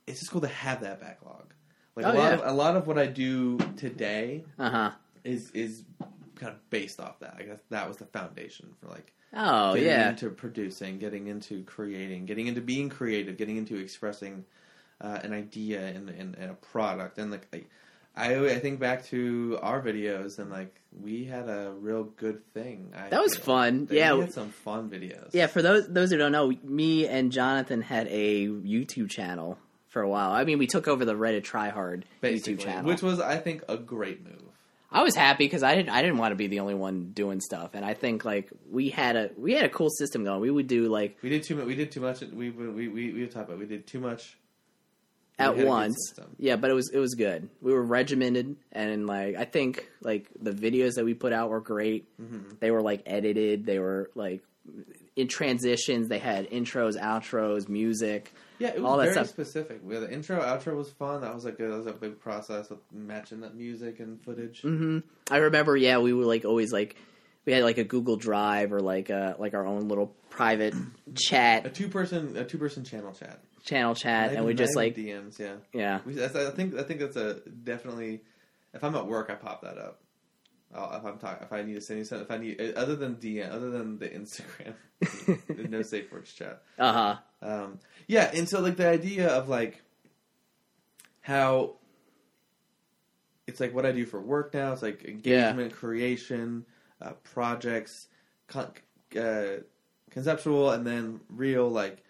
it's just cool to have that backlog. Like
Oh,
a lot
yeah.
of a lot of what I do today
uh huh.
is is kind of based off that. I guess that was the foundation for like
Oh
getting
yeah,
into producing, getting into creating, getting into being creative, getting into expressing uh, an idea and, and, and a product. And like, I, I I think back to our videos and like we had a real good thing. I
That was
feel.
fun.
We
Yeah.
had some fun videos.
yeah. For those those who don't know, me and Jonathan had a YouTube channel for a while. I mean, we took over the Reddit Tryhard
basically,
YouTube channel,
which was I think a great move.
I was happy because I didn't I didn't want to be the only one doing stuff, and I think like we had a we had a cool system going. We would do like
We did too much. We did too much. We we we we talked about. it. We did too much. We
at
had a good
once,
system.
yeah, but it was it was good. We were regimented, and like I think like the videos that we put out were great.
Mm-hmm.
They were like edited. They were like in transitions. They had intros, outros, music.
Yeah, it was
all that
very
stuff.
specific. We had the intro, outro was fun. That was like a, that was a big process of matching up music and footage.
I remember, yeah, we were like always like we had like a Google Drive or like a like our own little private
a
chat
two person a two person channel chat,
channel chat,
Not
and we
even-
just
not
like
even DMs. Yeah,
yeah.
we, that's- I think I think that's a definitely. If I'm at work, I pop that up. I'll, if I'm talking, if I need to send you something, if I need uh, other than DM, other than the
<laughs>
Instagram, there's no safe words chat.
Uh huh.
Um, yeah, and so like the idea of like how it's like what I do for work now. It's like engagement, creation, uh, projects, con- uh, conceptual, and then real. Like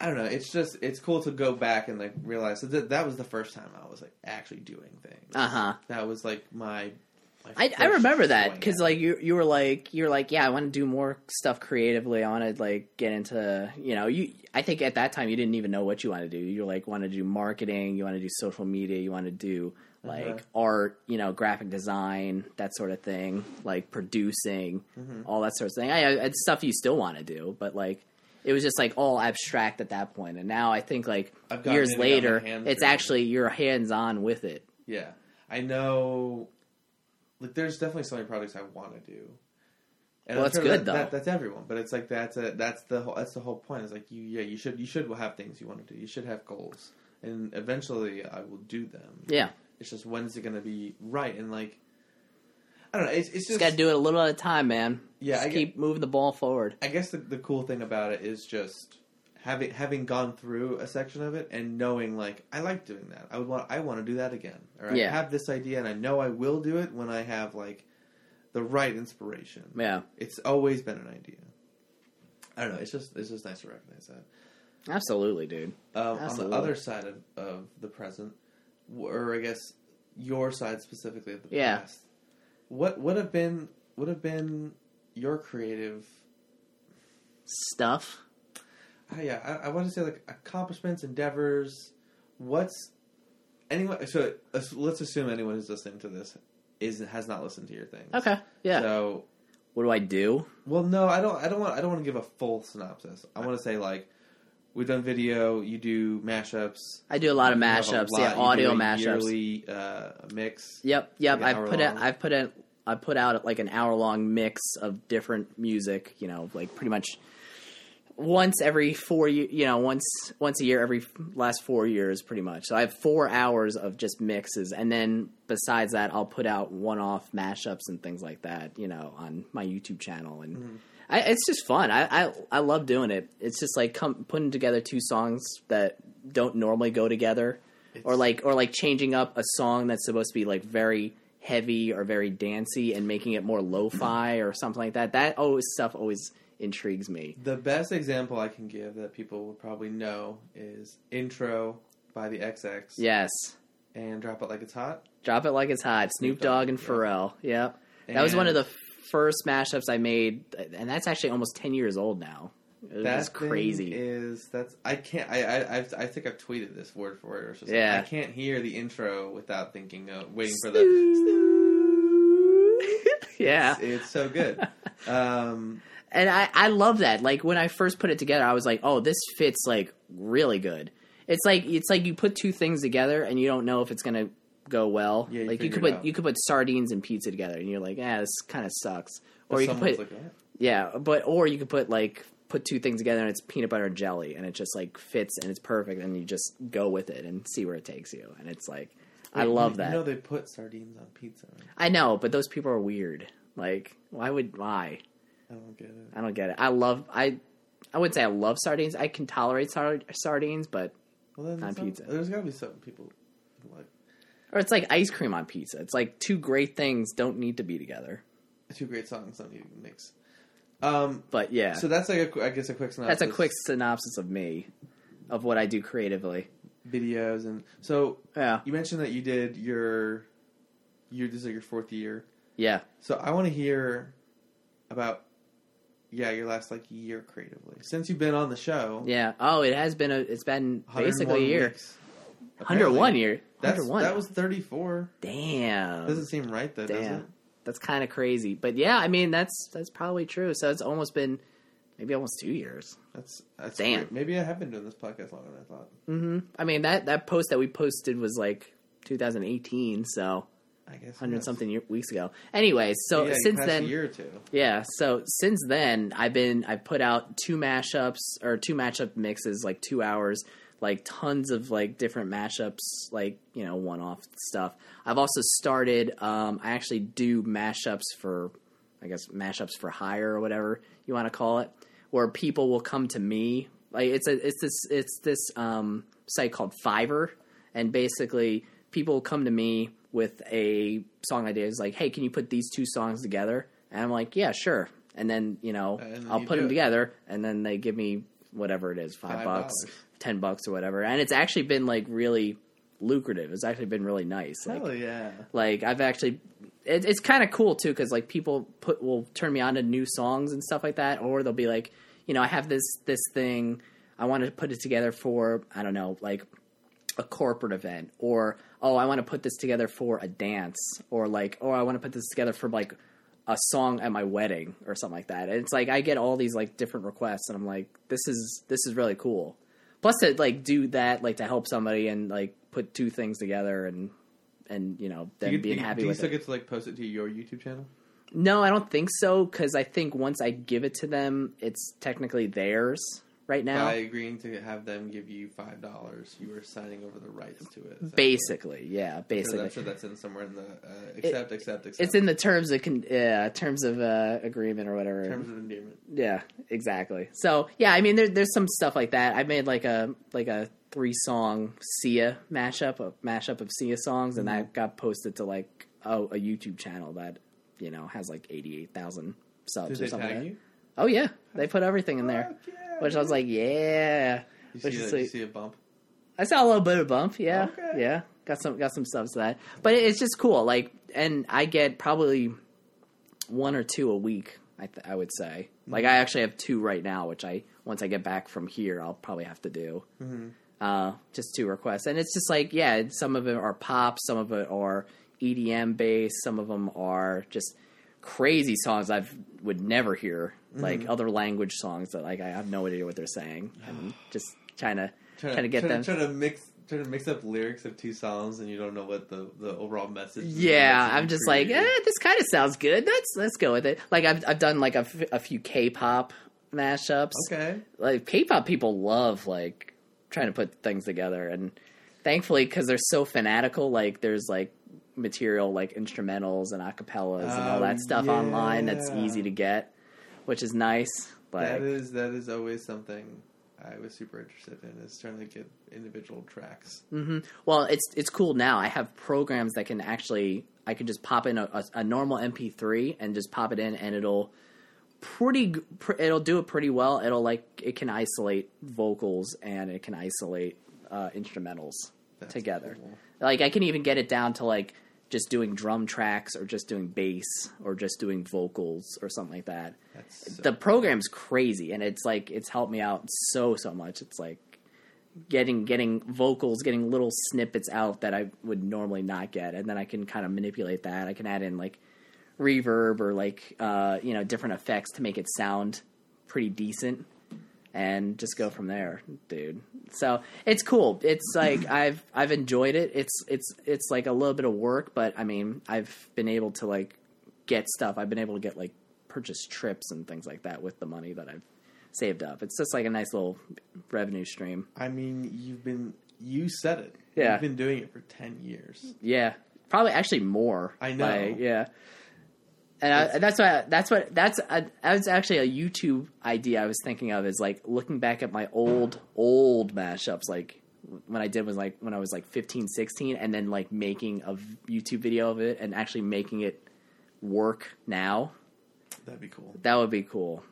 I don't know. It's just it's cool to go back and like realize that that was the first time I was like actually doing things.
Uh huh.
That was like my
Ah. I, I remember that
swing
because
at it.
like you you were like you were like yeah I want to do more stuff creatively I want to like get into you know you I think at that time you didn't even know what you want to do you like want to do marketing you want to do social media you want to do
Uh-huh.
like art you know graphic design that sort of thing like producing
Mm-hmm.
all that sort of thing I, I it's stuff you still want to do but like it was just like all abstract at that point and now I think like
I've gotten it,
years
I got my
later
hands
it's
around it.
actually you're hands on with it
Yeah, I know. Like, there's definitely so many projects I want to do. And
Well,
I'm
that's
sure
good,
that,
though.
that- that's everyone, but it's like that's a, that's the whole that's the whole point. It's like you yeah you should you should have things you want to do. You should have goals, and eventually I will do them.
yeah
It's just when's it going to be right? And like, I don't know. It's, it's just
Just gotta do it a little at a time, man.
Yeah,
Just
I get-
keep moving the ball forward.
I guess the, the cool thing about it is just having having gone through a section of it and knowing like I like doing that. I would want I want to do that again. Or I
Yeah.
have this idea and I know I will do it when I have like the right inspiration.
Yeah,
It's always been an idea. I don't know. It's just it's just nice to recognize that.
absolutely, dude.
Um, on the
Absolutely.
other side of, of the present, or I guess your side specifically of the
Yeah.
past, what would have been would have been your creative
Stuff.
Oh, yeah, I, I want to say like accomplishments, endeavors. What's anyone? So uh, let's assume anyone who's listening to this is has not listened to your thing.
Okay. Yeah.
So
What do I do?
well, no, I don't. I don't want. I don't want to give a full synopsis. I want to say like we've done video. You do mashups.
I do a lot of
You have
mashups.
lot.
yeah,
You do
audio
a
mashups.
Yearly uh, mix.
Yep,
Like
yep.
an
I've
hour
put
long?
out. I've put out. I put out like an hour long mix of different music. You know, like pretty much once every four. ye- You know, once once a year, every f- last four years, pretty much. So I have four hours of just mixes, and then besides that, I'll put out one off mashups and things like that. You know, on my YouTube channel and.
Mm-hmm.
I, it's just fun. I, I I love doing it. It's just like come, putting together two songs that don't normally go together or like or like changing up a song that's supposed to be like very heavy or very dancey and making it more lo-fi or something like that. That always stuff always intrigues me.
The best example I can give that people would probably know is intro by the XX
Yes.
and drop it like it's hot.
Drop it like it's hot. Snoop
Snoop Dogg,
Dogg and
yeah.
Pharrell. Yep. that was one of
And-
the first mashups I made and that's actually almost 10 years old now. It was
That's
crazy.
Is that's I can't I I I've, I think I've tweeted this word for it. Or it's just
Yeah.
yeah. I can't hear the intro without thinking of waiting for the.
<laughs> yeah.
It's so good.
<laughs>
Um,
and I, I love that. Like when I first put it together, I was like, oh, this fits like really good. It's like it's like you put two things together and you don't know if it's gonna go well.
Yeah, you
like you could
figure it
put
out.
you could put sardines and pizza together and you're like, yeah, this kind of sucks. Or you could
someone's
put
like, "Oh,
yeah, but or you could put like put two things together and it's peanut butter and jelly and it just like fits and it's perfect and you just go with it and see where it takes you and it's like I
wait,
love
you
that.
know they put sardines on pizza. Right?
I know, but those people are weird. Like why would why?
I don't get it.
I don't get it. I love I I wouldn't say I love sardines. I can tolerate sar- sardines, but
Well, then
On
some-
pizza.
There's got to be something people like.
or it's like ice cream on pizza. It's like two great things don't need to be together.
Two great songs don't need to mix. Um,
But yeah.
so that's like a qu- I guess a quick synopsis.
that's a quick synopsis of me of what I do creatively.
videos and so
Yeah.
you mentioned that you did your, your this is like your fourth year.
Yeah.
So I want to hear about yeah your last like year creatively since you've been on the show.
Yeah. Oh, it has been a it's been
101
basically a year.
weeks.
101
Apparently.
year.
That's
101.
that was thirty four.
damn.
Doesn't seem right though. Does it?
Damn, that's kind of crazy. But yeah, I mean that's that's probably true. So it's almost been maybe almost two years.
That's that's
Damn.
weird. Maybe I have been doing this podcast longer than I thought.
hmm I mean that that post that we posted was like 2018, so
I guess
hundred
yes.
something year, weeks ago. Anyway,
Yeah,
so
you
since
passed
then,
a year or two.
yeah. So since then, I've been I've put out two mashups or two matchup mixes, like two hours, like tons of like different mashups, like you know one off stuff. I've also started. Um, I actually do mashups for, I guess mashups for hire or whatever you want to call it, where people will come to me. Like it's a it's this it's this um, site called Fiverr, and basically people come to me with a song idea. It's like, hey, can you put these two songs together? And I'm like, yeah, sure. And then you know,
And then
I'll
you
put
do
them
it.
together, and then they give me whatever it is, five,
Five
bucks,
dollars.
ten bucks, or whatever. And it's actually been like really lucrative. It's actually been really nice. Like,
Hell yeah!
like I've actually it, it's kind of cool too because like people put will turn me on to new songs and stuff like that, or they'll be like, you know, I have this this thing I want to put it together for I don't know like a corporate event, or oh I want to put this together for a dance, or like oh I want to put this together for like a song at my wedding or something like that. And it's like I get all these like different requests, and I'm like this is this is really cool. Plus to like do that like to help somebody and like put two things together and and you know
Do
them
you,
being
do you-
happy
do you
with
still
it.
get to like post it to your YouTube channel?
No, I don't think so because I think once I give it to them, it's technically theirs right now.
By agreeing to have them give you five dollars, you are signing over the rights to it. is that correct?
basically, yeah,
So
basically.
that's, so that's in somewhere in the uh, accept, accept, accept.
it's in the terms of con- yeah, terms of uh, agreement or whatever.
terms of endearment.
Yeah, exactly. So yeah, I mean, there, there's some stuff like that. I made like a like a three song Sia mashup, a mashup of Sia songs, and
Mm-hmm.
that got posted to like a, a YouTube channel that you know has like eighty eight thousand subs
Did
or
they
something.
tag
like that.
you?
Oh yeah, they put everything in there,
Fuck yeah,
which I was
dude.
like, yeah.
You
Which
see,
is
that, you
like-
see a bump.
I saw a little bit of bump. Yeah,
Okay.
yeah. Got some got some subs to that, but it- it's just cool. Like, and I get probably one or two a week. I th- I would say. Like, I actually have two right now, which I once I get back from here, I'll probably have to do. Uh, just two requests, and it's just like, yeah, some of it are pop, some of it are EDM based, some of them are just crazy songs I've would never hear, like other language songs that like I have no idea what they're saying. I'm just trying to
Trying
trying to get
trying
them.
trying to mix trying to mix up lyrics of two songs, and you don't know what the, the overall message. is.
Yeah,
That's
I'm just like,
created.
eh, this kind of sounds good. Let's let's go with it. Like I've I've done like a, f- a few K-pop mashups.
okay.
Like K-pop people love like trying to put things together, and thankfully because they're so fanatical, like there's like material like instrumentals and acapellas and all
Oh,
that stuff online that's
yeah.
easy to get, which is nice. Like
that is that is always something I was super interested in is trying to get individual tracks.
Mm. Mm-hmm. Well, it's it's cool now. I have programs that can actually I can just pop in a, a, a normal MP3 and just pop it in, and it'll pretty g- pr- it'll do it pretty well. It'll like it can isolate vocals and it can isolate uh, instrumentals
That's
together.
cool.
Like I can even get it down to like just doing drum tracks or just doing bass or just doing vocals or something like that.
That's so,
The program's crazy and it's like it's helped me out so so much. It's like getting getting vocals, getting little snippets out that I would normally not get, and then I can kind of manipulate that. I can add in like reverb or like uh, you know different effects to make it sound pretty decent, and just go from there, dude. So it's cool. It's like I've I've enjoyed it. It's it's it's like a little bit of work, but I mean I've been able to like get stuff. I've been able to get like purchase trips and things like that with the money that I've saved up. It's just like a nice little revenue stream.
I mean, you've been you said it.
Yeah.
you've been doing it for ten years.
Yeah, probably actually more.
I know.
Like, yeah, and I, that's why. That's what. That's I, that's actually a YouTube idea I was thinking of is like looking back at my old old mashups, like when I did was like when I was like 15, 16, and then like making a v- YouTube video of it and actually making it work now.
That'd be cool.
That would be cool.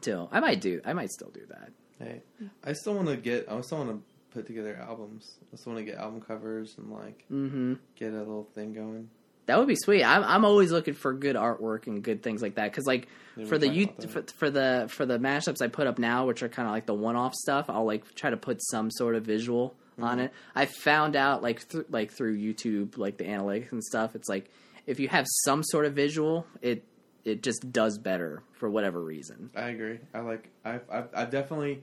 Too. I might do. I might still do that.
Hey, I still want to get. I still want to put together albums. I still want to get album covers and like
Mm-hmm.
get a little thing going.
That would be sweet. I'm I'm always looking for good artwork and good things like that because like
Yeah, we
for the
talked
you
about
for, for the for the mashups I put up now, which are kind of like the one off stuff, I'll like try to put some sort of visual on
Mm-hmm.
it. I found out like through like through YouTube, like the analytics and stuff. It's like if you have some sort of visual, it it just does better for whatever reason.
I agree. I like. I've I've, I've definitely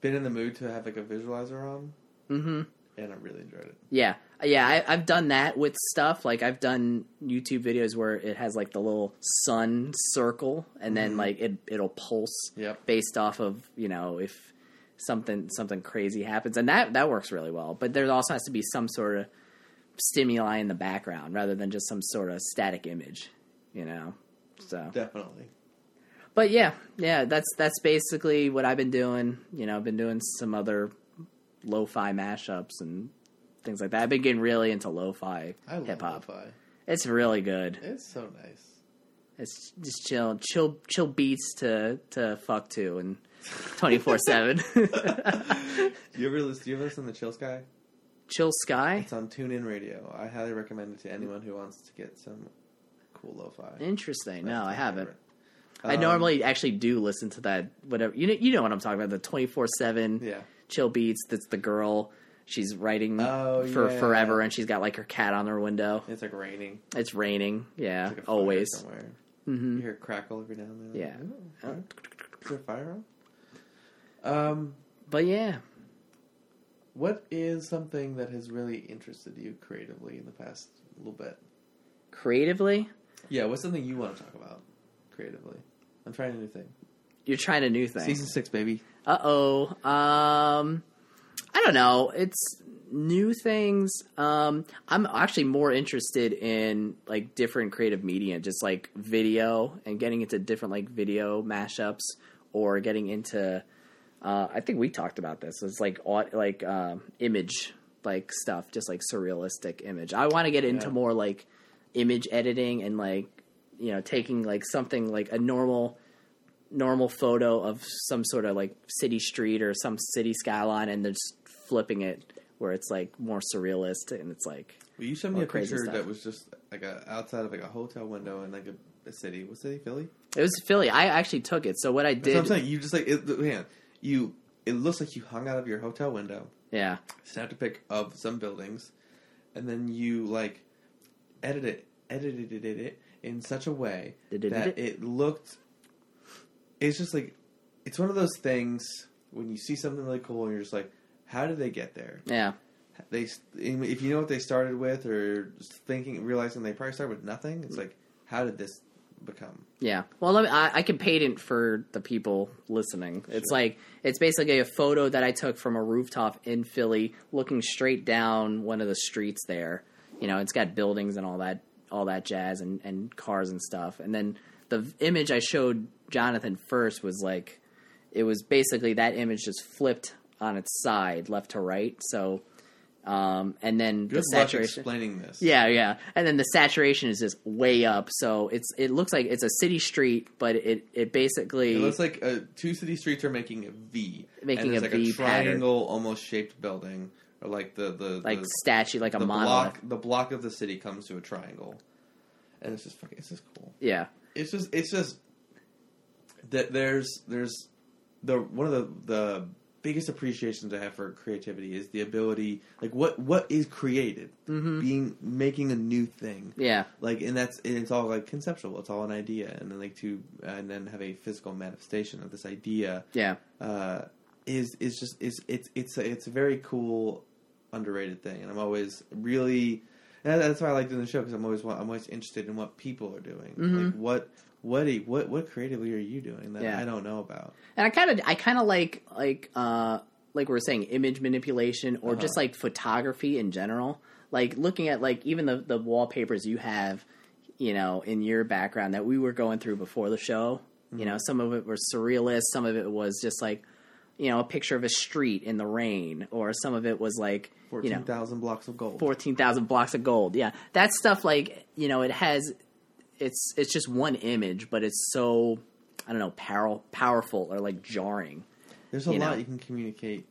been in the mood to have like a visualizer on, Mm-hmm.
hmm
and I really enjoyed it.
Yeah, yeah, I, I've done that with stuff. Like I've done YouTube videos where it has like the little sun circle, and then like it it'll pulse
Yep.
based off of you know if something something crazy happens, and that that works really well. But there also has to be some sort of stimuli in the background rather than just some sort of static image, you know. So
Definitely.
but yeah, yeah, that's that's basically what I've been doing. You know, I've been doing some other lo-fi mashups and things like that. I've been getting really into lo-fi
I love
hip hop.
lo-fi.
It's really good.
It's so nice. <laughs>
It's just chill, chill, chill beats to to fuck
<laughs>
to and twenty four seven.
Do you ever listen? Do you ever listen to Chill Sky?
Chill sky.
It's on TuneIn Radio. I highly recommend it to anyone who wants to get some cool lo-fi. That's
Interesting. No,
my
I haven't.
favorite. Um,
I normally actually do listen to that. Whatever you know, you know what I'm talking about. The 24 seven
Um, Yeah.
chill beats. That's the girl. She's writing
Oh,
for
yeah.
forever, and she's got like her cat on her window.
It's like raining.
It's raining. Yeah,
Like a fire
always.
Somewhere.
Mhm.
You hear a crackle every now and then.
Yeah.
Oh, okay. Is there a fire on? Um,
But yeah,
what is something that has really interested you creatively in the past little bit?
creatively,
Yeah, what's something you want to talk about creatively? I'm trying a new thing.
you're trying a new thing.
Season six, baby.
Uh oh. Um, I don't know. It's new things. Um, I'm actually more interested in like different creative media, just like video and getting into different like video mashups or getting into. Uh, I think we talked about this. It's like au- like um, image like stuff, just like surrealistic image. I want to get into
Yeah.
more like image editing and like you know taking like something like a normal normal photo of some sort of like city street or some city skyline and they're just flipping it where it's like more surrealist and it's like
Will you sent me
Or
a
crazy
picture
stuff.
that was just like a outside of like a hotel window in like a, a city? What city? Philly?
it was Philly. I actually took it. So what I
That's
did,
what I'm saying. You just like it, man. You it looks like you hung out of your hotel window,
yeah,
snapped a pic of some buildings, and then you like edit it, edited it, it in such a way
Did it-
that
did
it looked. It's just like it's one of those things when you see something really cool and you're just like, how did they get there?
yeah,
they if you know what they started with or just thinking realizing they probably started with nothing
Mm.
it's like how did this become
yeah. Well, let me, I, I can patent for the people listening. It's
Sure.
like it's basically a photo that I took from a rooftop in Philly, looking straight down one of the streets there. You know, it's got buildings and all that, all that jazz, and and cars and stuff. And then the v- image I showed Jonathan first was like it was basically that image just flipped on its side, left to right. So, um, and then
good
the
luck
saturation.
explaining this
Yeah, yeah. And then the saturation is just way up, so it's it looks like it's a city street, but it it basically
it looks like uh, two city streets are making a v
Making
and there's
a
like
V
a triangle almost shaped building or like the the
like
the,
statue, like a
the
monolith.
block the block of the city comes to a triangle and it's just fucking it's just cool
Yeah,
it's just it's just that there's there's the one of the the biggest appreciations I have for creativity is the ability like what what is created
Mm-hmm.
being making a new thing
yeah,
like and that's and it's all like conceptual it's all an idea and then like to and then have a physical manifestation of this idea
yeah,
uh, is is just is it's it's a, it's a very cool underrated thing, and I'm always really and that's why I like doing the show because I'm always wa- I'm always interested in what people are doing, like what what do you- what what creatively are you doing that
Mm-hmm. Yeah.
I don't know about?
and I kind of I kind of like like uh like we were saying image manipulation or just
Uh-huh.
like photography in general. Like looking at like even the the wallpapers you have, you know, in your background that we were going through before the show. You
Mm-hmm.
know, some of it was surrealist, some of it was just like you know, a picture of a street in the rain, or some of it was like you know
Fourteen thousand blocks of gold.
fourteen thousand blocks of gold. Yeah, that stuff like you know it has it's it's just one image, but it's so I don't know power, powerful or like jarring.
There's a
you know.
lot you can communicate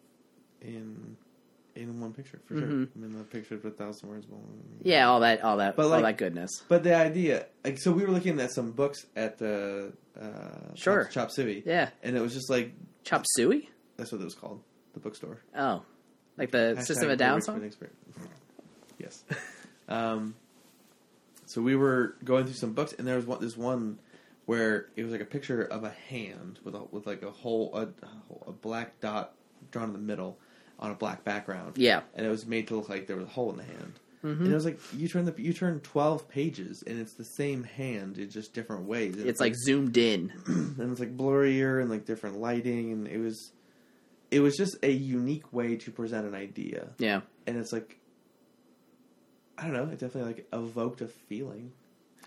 in in one picture for sure.
Mm-hmm.
I mean, the pictures with a thousand words. blah, blah, blah, blah.
Yeah, all that all that
But,
all
like-
that goodness.
But the idea, like, so we were looking at some books at the uh,
Sure.
Chop, Chop City,
Yeah,
and it was just like
chop suey.
that's what it was called, the bookstore.
Oh, like the
Hashtag
System of a Down
Perfect
song.
Spinning Spirit. Yes. <laughs> um, so we were going through some books, and there was one, this one where it was like a picture of a hand with a, with like a whole a, a black dot drawn in the middle on a black background.
Yeah. Mm-hmm.
and it was made to look like there was a hole in the hand. And it was like you turn the you turn twelve pages, and it's the same hand in just different ways. And
It's like zoomed in.
<clears throat> and it's like blurrier and like different lighting, and it was. It was just a unique way to present an idea
Yeah,
and it's like I don't know, it definitely like evoked a feeling.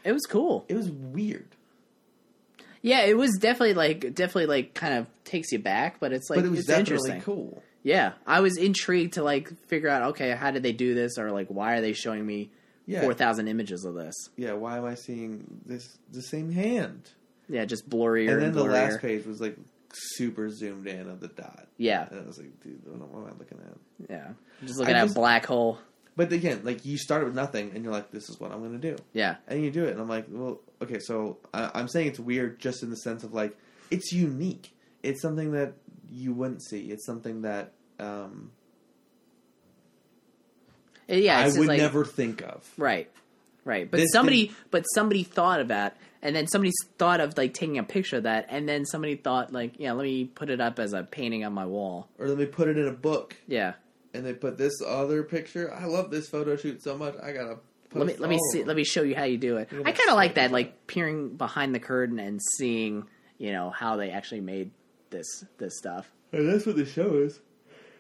it was cool.
It was weird.
Yeah, it was definitely like definitely like kind of takes you back, but it's like
but it was
it's
definitely
interesting.
cool.
Yeah, I was intrigued to like figure out okay, how did they do this, or like why are they showing me
Yeah.
four thousand images of this?
yeah, why am I seeing this the same hand?
Yeah, just blurrier
and
and,
then the
blurrier.
last page was like super zoomed in of the dot.
Yeah,
And I was like, dude, what am I looking at?
yeah. Just looking
I
at
just-
a black hole.
But again, like you started with nothing, and you're like, "This is what I'm going to do,"
Yeah.
and you do it, and I'm like, "Well, okay." So I, I'm saying it's weird, just in the sense of like, it's unique. It's something that you wouldn't see. It's something that um,
Yeah.
I
It's just
would
like,
never think of.
Right. Right. But
This
somebody but somebody thought of that and then somebody s- thought of like taking a picture of that and then somebody thought like, yeah, let me put it up as a painting on my wall.
Or let me put it in a book,
Yeah.
and they put this other picture. I love this photo shoot so much. I gotta.
Let me
post
let me
all of
see
them.
let me show you how you do it.
Look at
I
that
kind of like
side.
that like peering behind the curtain and seeing, you know, how they actually made this this stuff.
And that's what the show is.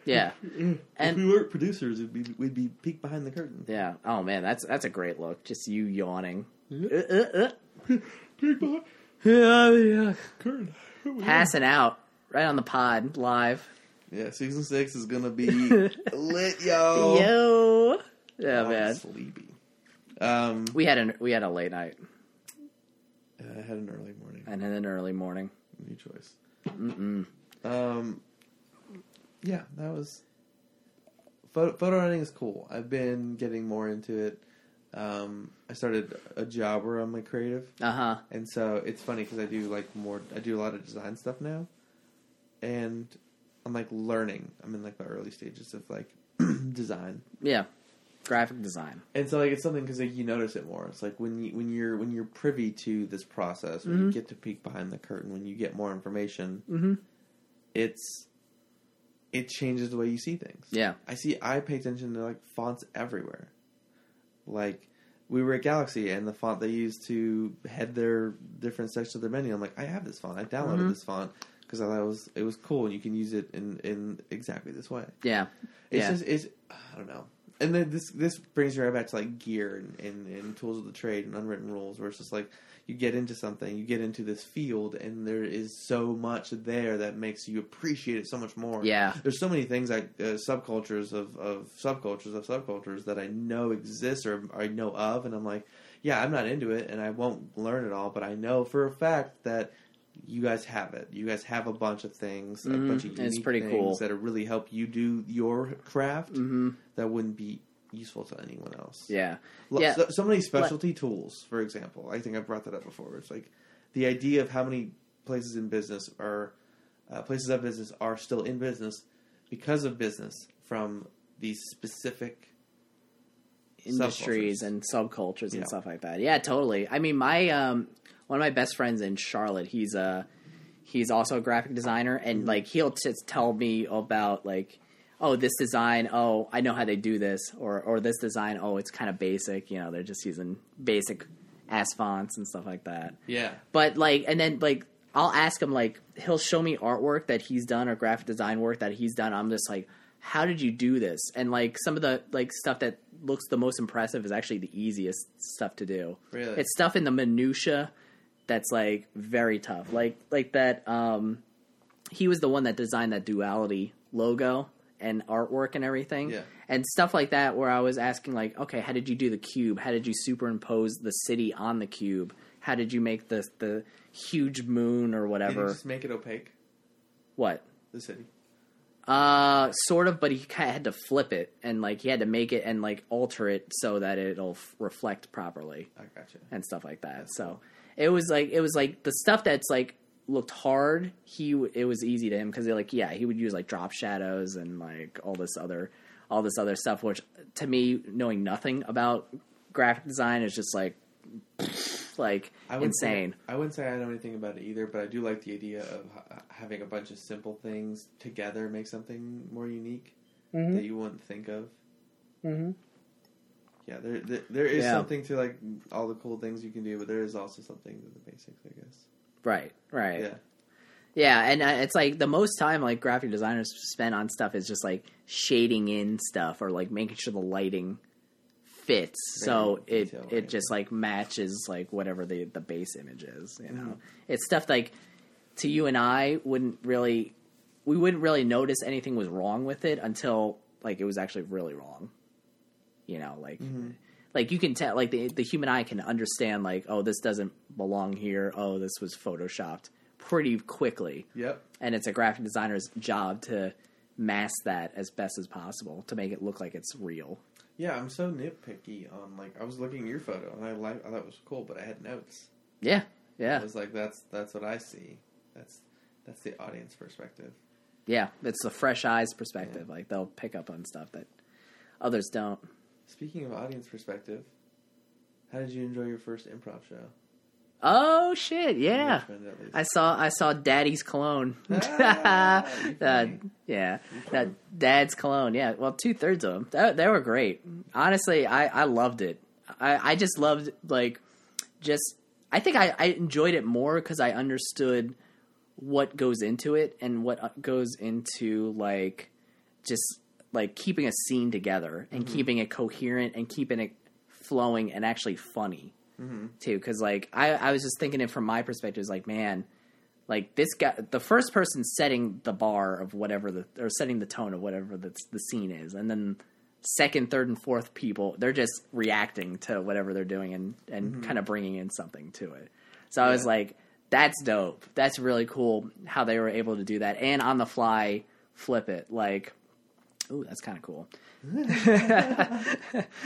Yeah.
if
And-
we weren't producers, we'd be, we'd be peek behind the curtain.
Yeah. Oh man, that's that's a great look. Just you yawning. <laughs> Uh, uh,
Peek behind
uh. <laughs> Yeah, yeah.
the curtain.
Passing out right on the pod live.
Yeah, season six is gonna
<laughs>
be lit, yo.
Yo. Yeah,
I'm
man.
sleepy. Um,
We had an we had a late night
I had an early morning.
and then an early morning.
New choice. Mm-mm. Um, yeah, that was. Photo, photo editing is cool. I've been getting more into it. Um, I started a job where I'm like creative.
Uh huh.
And so it's funny because I do like more, I do a lot of design stuff now, and I'm like learning. I'm in like the early stages of like <clears throat> design,
Yeah. Graphic design.
and so like it's something because like, you notice it more. It's like when you when you're when you're privy to this process, when you get to peek behind the curtain, when you get more information,
Mhm.
it's it changes the way you see things.
Yeah.
I see. I pay attention to like fonts everywhere. Like we were at Galaxy, and the font they used to head their different sections of their menu. I'm like, I have this font. I downloaded
Mhm.
this font because I thought it was it was cool, and you can use it in in exactly this way.
Yeah.
It's
yeah.
just it's I don't know. And then this this brings you right back to like gear and, and, and tools of the trade and unwritten rules, where it's just like you get into something, you get into this field, and there is so much there that makes you appreciate it so much more.
Yeah.
there's so many things like uh, subcultures of, of subcultures of subcultures that I know exist or I know of, and I'm like, yeah, I'm not into it, and I won't learn it all, but I know for a fact that you guys have it. You guys have a bunch of things, a
Mhm.
bunch of
It's
unique
pretty
things
cool.
that really help you do your craft
hmm
that wouldn't be useful to anyone else.
Yeah.
Lo-
Yeah.
So, so many specialty tools, for example. I think I've brought that up before. It's like the idea of how many places in business are uh, places of business are still in business because of business from these specific
industries
subcultures.
and subcultures and
Yeah.
stuff like that. Yeah, totally. I mean, my um, one of my best friends in Charlotte, he's a he's also a graphic designer, and
Mm-hmm.
like he'll just tell me about like, oh, this design, oh, I know how they do this, or or this design, oh, it's kind of basic. You know, they're just using basic ass fonts and stuff like that.
yeah,
But like, and then like, I'll ask him like, he'll show me artwork that he's done or graphic design work that he's done. I'm just like, how did you do this? And like, some of the like stuff that looks the most impressive is actually the easiest stuff to do.
Really?
it's stuff in the minutia that's like very tough. Like like that. Um, he was the one that designed that duality logo and artwork and everything
Yeah.
and stuff like that where i was asking like okay how did you do the cube how did you superimpose the city on the cube how did you make the the huge moon or
Can you
whatever
just make it opaque?
what
The city.
uh sort of but he kind of had to flip it and like he had to make it and like alter it so that it'll f- reflect properly
I gotcha.
and stuff like that. so it was like it was like the stuff that's like looked hard. He w- it was easy to him because like yeah he would use like drop shadows and like all this other all this other stuff. Which to me, knowing nothing about graphic design is just like <sniffs> like
I wouldn't say-
insane.
I wouldn't say I know anything about it either, but I do like the idea of ha- having a bunch of simple things together make something more unique that you wouldn't think of.
Mm-hmm.
Yeah, there there, there is
Yeah.
something to like all the cool things you can do, but there is also something to the basics, I guess.
Right, right.
Yeah,
Yeah, and uh, it's like the most time like graphic designers spend on stuff is just like shading in stuff or like making sure the lighting fits so
Very
it
detail
it
oriented.
just like matches like whatever the the base image is, you know. It's stuff like to you and I wouldn't really we wouldn't really notice anything was wrong with it until like it was actually really wrong. You know, like like you can tell like the the human eye can understand like oh this doesn't belong here, oh this was photoshopped pretty quickly.
yep.
And it's a graphic designer's job to mask that as best as possible to make it look like it's real.
Yeah, I'm so nitpicky on like I was looking at your photo and I like I thought it was cool, but I had notes.
Yeah,
I
yeah,
was like, that's that's what I see. That's that's the audience perspective.
yeah. It's the fresh eyes perspective. Like they'll pick up on stuff that others don't.
Speaking of audience perspective, how did you enjoy your first improv show?
Oh shit! Yeah,
Richmond, at least.
I saw I saw Daddy's cologne. <laughs>
Ah,
Uh,
okay.
yeah, that Dad's cologne. Yeah, well, two thirds of them. That, they were great. Honestly, I I loved it. I I just loved like just. I think I, I enjoyed it more because I understood what goes into it and what uh, goes into like just like keeping a scene together and keeping it coherent and keeping it flowing and actually funny too because like I, I was just thinking it from my perspective is like man like this guy the first person setting the bar of whatever the or setting the tone of whatever the, the scene is and then second third and fourth people they're just reacting to whatever they're doing and and kind of bringing in something to it so i was
Yeah.
like that's dope that's really cool how they were able to do that and on the fly flip it like Ooh, that's kind of cool.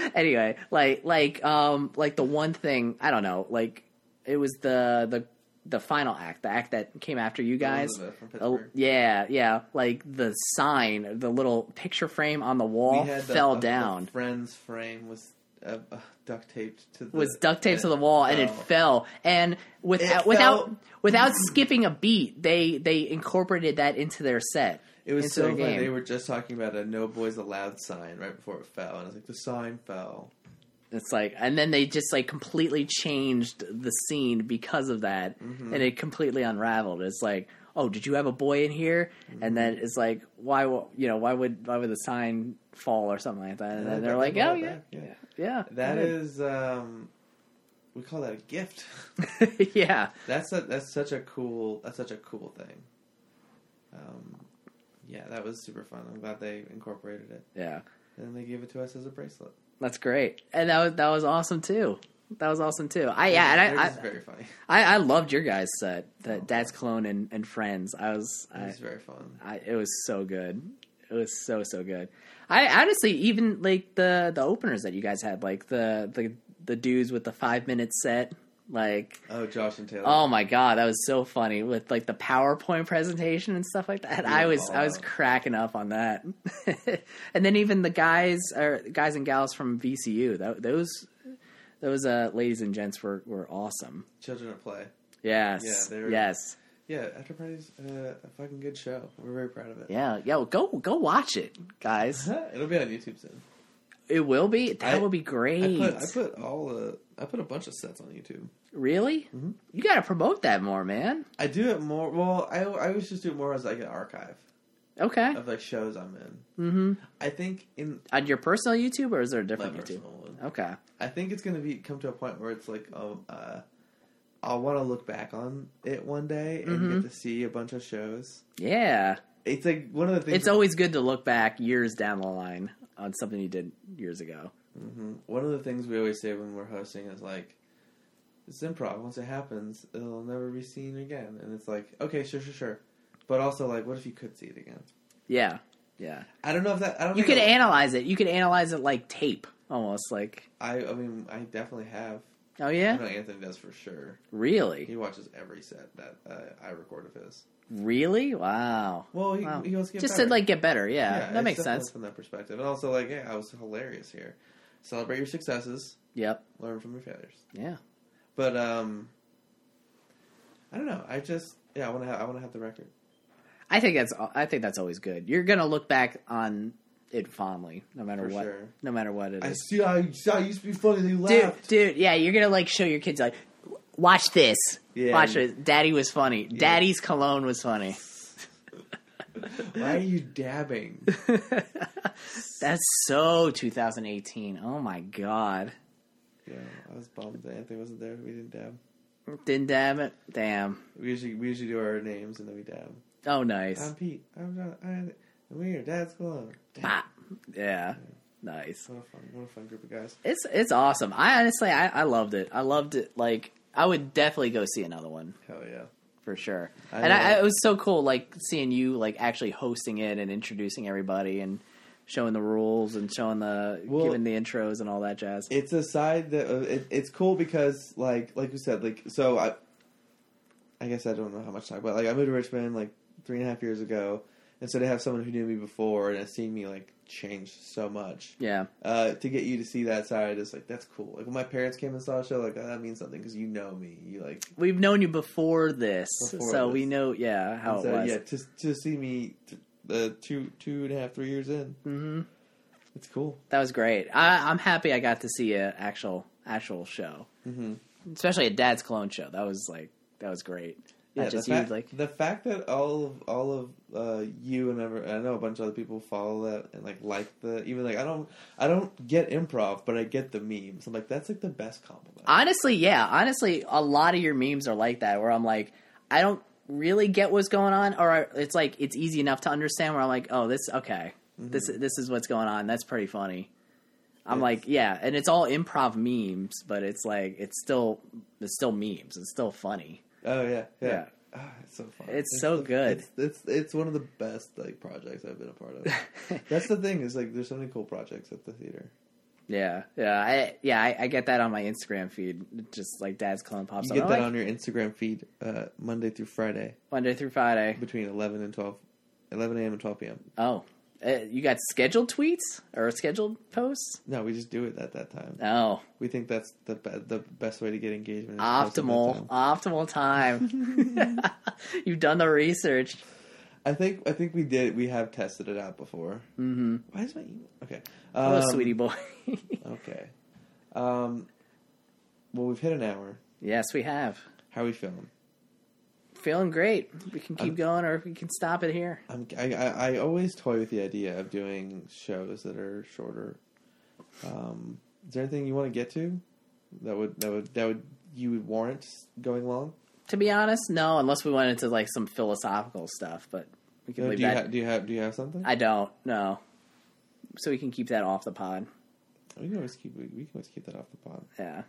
<laughs> anyway, like like um like the one thing I don't know, like it was the the the final act, the act that came after you guys.
Elizabeth from
Oh,
Pittsburgh.
yeah, yeah, like the sign, the little picture frame on the wall
We had the-
fell
the
down.
friend's frame was uh, uh, duct taped to the
was duct taped to the wall and it
fell.
fell. And without
fell.
without without skipping a beat, they they incorporated that into their set.
It was
into
so
their
funny.
game.
They were just talking about a "No Boys Allowed" sign right before it fell, and I was like, "The sign fell."
It's like, and then they just like completely changed the scene because of that,
Mm-hmm.
and it completely unraveled. It's like, oh, did you have a boy in here?
Mm-hmm.
And then it's like, why? wo- You know, why would why would the sign fall or something like that?
Yeah,
And, then
that-
they're like,
that brought
oh
it
yeah,
back,
yeah,
yeah.
yeah,
That is, um, we call that a gift. <laughs>
<laughs> yeah,
that's a, that's such a cool that's such a cool thing. Um, yeah, that was super fun. I'm glad they incorporated it,
yeah.
and they gave it to us as a bracelet.
That's great, and that was that was awesome too. That was awesome too. I yeah,
They're
and I, I,
just very funny.
I I loved your guys' set,
Oh,
the Dad's Clone and, and Friends. I was
It
I,
was very fun.
I, it was so good. It was so so good. I honestly even like the the openers that you guys had, like the the the dudes with the five minute set, like
Oh, Josh and Taylor.
oh my god, that was so funny with like the PowerPoint presentation and stuff like that. I was I was
Yeah.
cracking up on that, <laughs> and then even the guys or guys and gals from VCU, that, those those uh, ladies and gents were were awesome.
Children at Play. Yeah,
Yes,
they were-
yes.
Yeah, After Party's uh, a fucking good show. We're very proud of it.
Yeah, yo, go go watch it, guys.
<laughs> It'll be on YouTube soon.
It will be. That
I-
will be
I
great.
put, I put all the I put a bunch of sets on YouTube.
really?
Mm-hmm.
You got to promote that more, man.
I do it more. Well, I I always just do it more as like an archive
Okay.
of like shows I'm in.
Mm-hmm.
I think in
On your personal YouTube, or is there a
my
different YouTube?
personal one,
Okay.
I think it's gonna be come to a point where it's like um uh, I want to look back on it one day and
Mm-hmm.
get to see a bunch of shows.
Yeah.
It's like one of the things.
It's always good to look back years down the line on something you did years ago.
Mhm. One of the things we always say when we're hosting is like, it's improv. Once it happens, it'll never be seen again. And it's like, okay, sure, sure, sure. But also, like, what if you could see it again?
Yeah. Yeah.
I don't know if that. I don't.
You
think
could
I-
analyze it. You could analyze it like tape, almost like.
I I mean I definitely have.
Oh
I
yeah.
know Anthony does for sure.
Really?
He watches every set that uh, I record of his.
Really? Wow.
Well, he,
Wow.
he wants to get
Just
better.
to like get better. Yeah. that
it's
makes
definitely
sense.
from that perspective, and also like yeah, I was hilarious here. Celebrate your successes,
Yep.
learn from your failures.
Yeah.
But um, I don't know. I just yeah, I want to I want to have the record.
I think that's I think that's always good. You're gonna look back on it fondly, no matter
For
what,
sure.
no matter what it
I
is.
see. I saw you used to be funny. They
Dude,
laughed.
dude, yeah, you're gonna like show your kids like, watch this,
Yeah.
watch this. Daddy was funny. Daddy's cologne
<laughs>
was funny.
Why are you dabbing?
That's so 2018. Oh my god,
<laughs> yeah, I was bummed that Anthony wasn't there. We didn't dab.
didn't damn it, damn.
We usually we usually do our names and then we dab.
Oh nice,
I'm Pete. I'm John. I, and we're your dad's clone.
Bah. yeah, nice.
What a fun, what a fun group of guys.
It's it's awesome. I honestly I, I loved it. I loved it. Like I would definitely go see another one
Hell yeah.
for sure.
I
and I,
know.
I, it was so cool, like seeing you like actually hosting it and introducing everybody and showing the rules and showing the
Well-
giving the intros and all that jazz.
It's a side that uh, it, it's cool because like like we said like so I I guess I don't know how much time but like I moved to Richmond like three and a half years ago and so to have someone who knew me before and has seen me like change so much
yeah,
uh, to get you to see that side is like that's cool like when my parents came and saw a show like oh, that means something because you know me you like
we've known you before this,
Before
so
this.
we know yeah how
and so,
Oh, it was.
yeah to to see me t- uh, two two and a half three years in
hmm
it's cool
That was great. I, I'm happy I got to see an actual actual show,
mm-hmm.
especially a Dad's Clone show. That was like that was great. Yeah,
the
just you
fact,
like
the fact that all of all of uh, you and ever, I know a bunch of other people follow that and like like the even like I don't I don't get improv, but I get the memes. I'm like that's like the best compliment.
Honestly, yeah. Honestly, a lot of your memes are like that, where I'm like, I don't really get what's going on, or I- it's like it's easy enough to understand. Where I'm like, oh, this okay, this this is what's going on. That's pretty funny.
Mm-hmm.
I'm
Yes.
like, yeah, and it's all improv memes, but it's like it's still it's still memes. It's still funny.
oh yeah, yeah.
Yeah.
Ah, it's so fun.
It's so
the-
good.
It's, it's it's one of the best like projects I've been a part
<laughs>
of. That's the thing is like there's so many cool projects at the theater.
yeah, yeah, I, yeah. I, I get that on my Instagram feed. Just like Dad's Clone pops
You
up.
get
I'm
that
like,
on your Instagram feed uh, Monday through Friday
Monday through Friday.
between 11 and 12, 11 a.m. and 12 p.m.
Oh, uh, you got scheduled tweets or scheduled posts?
No, we just do it at that time.
Oh.
We think that's the be- the best way to get engagement. is post at that
optimal
time.
optimal <laughs> time you've done the research
I think I think we did. We have tested it out before.
mm-hmm.
Why is my email okay?
hello
Um,
sweetie boy <laughs>
Okay. Um. Well, we've hit an hour.
yes we have
How are we feeling?
feeling great we can keep
I'm-
going or we can stop it here
I'm, I, I I always toy with the idea of doing shows that are shorter. Um. Is there anything you want to get to that would that would that would you would warrant going long?
to be honest no unless we went into like some philosophical stuff but we can
No,
leave
do you
that
ha- do you have do you have something?
i don't no so we can keep that off the pod
we can always keep we, we can always keep that off the pod.
yeah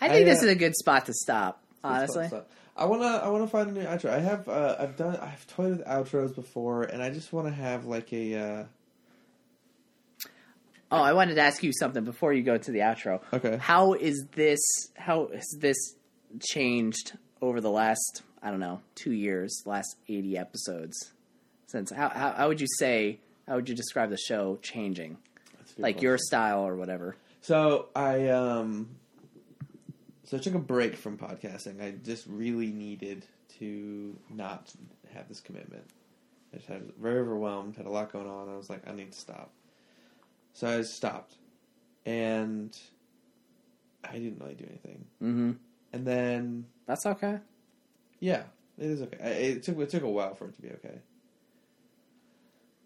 i think
I,
this
uh,
is a good spot to stop
That's
honestly
fun stuff. uh, I wanna I wanna find a new outro. I have uh, I've done I've toyed with outros before, and I just want to have like a uh,
oh i wanted to ask you something before you go to the outro
okay.
how is this how has this changed over the last i don't know two years last 80 episodes since how, how, how would you say how would you describe the show changing like your style or whatever
so I um so I took a break from podcasting. I just really needed to not have this commitment. I just had very overwhelmed, had a lot going on. I was like, I need to stop. So I stopped, and I didn't really do anything.
mm-hmm
And then
that's okay
Yeah, it is okay. I, it took it took a while for it to be okay.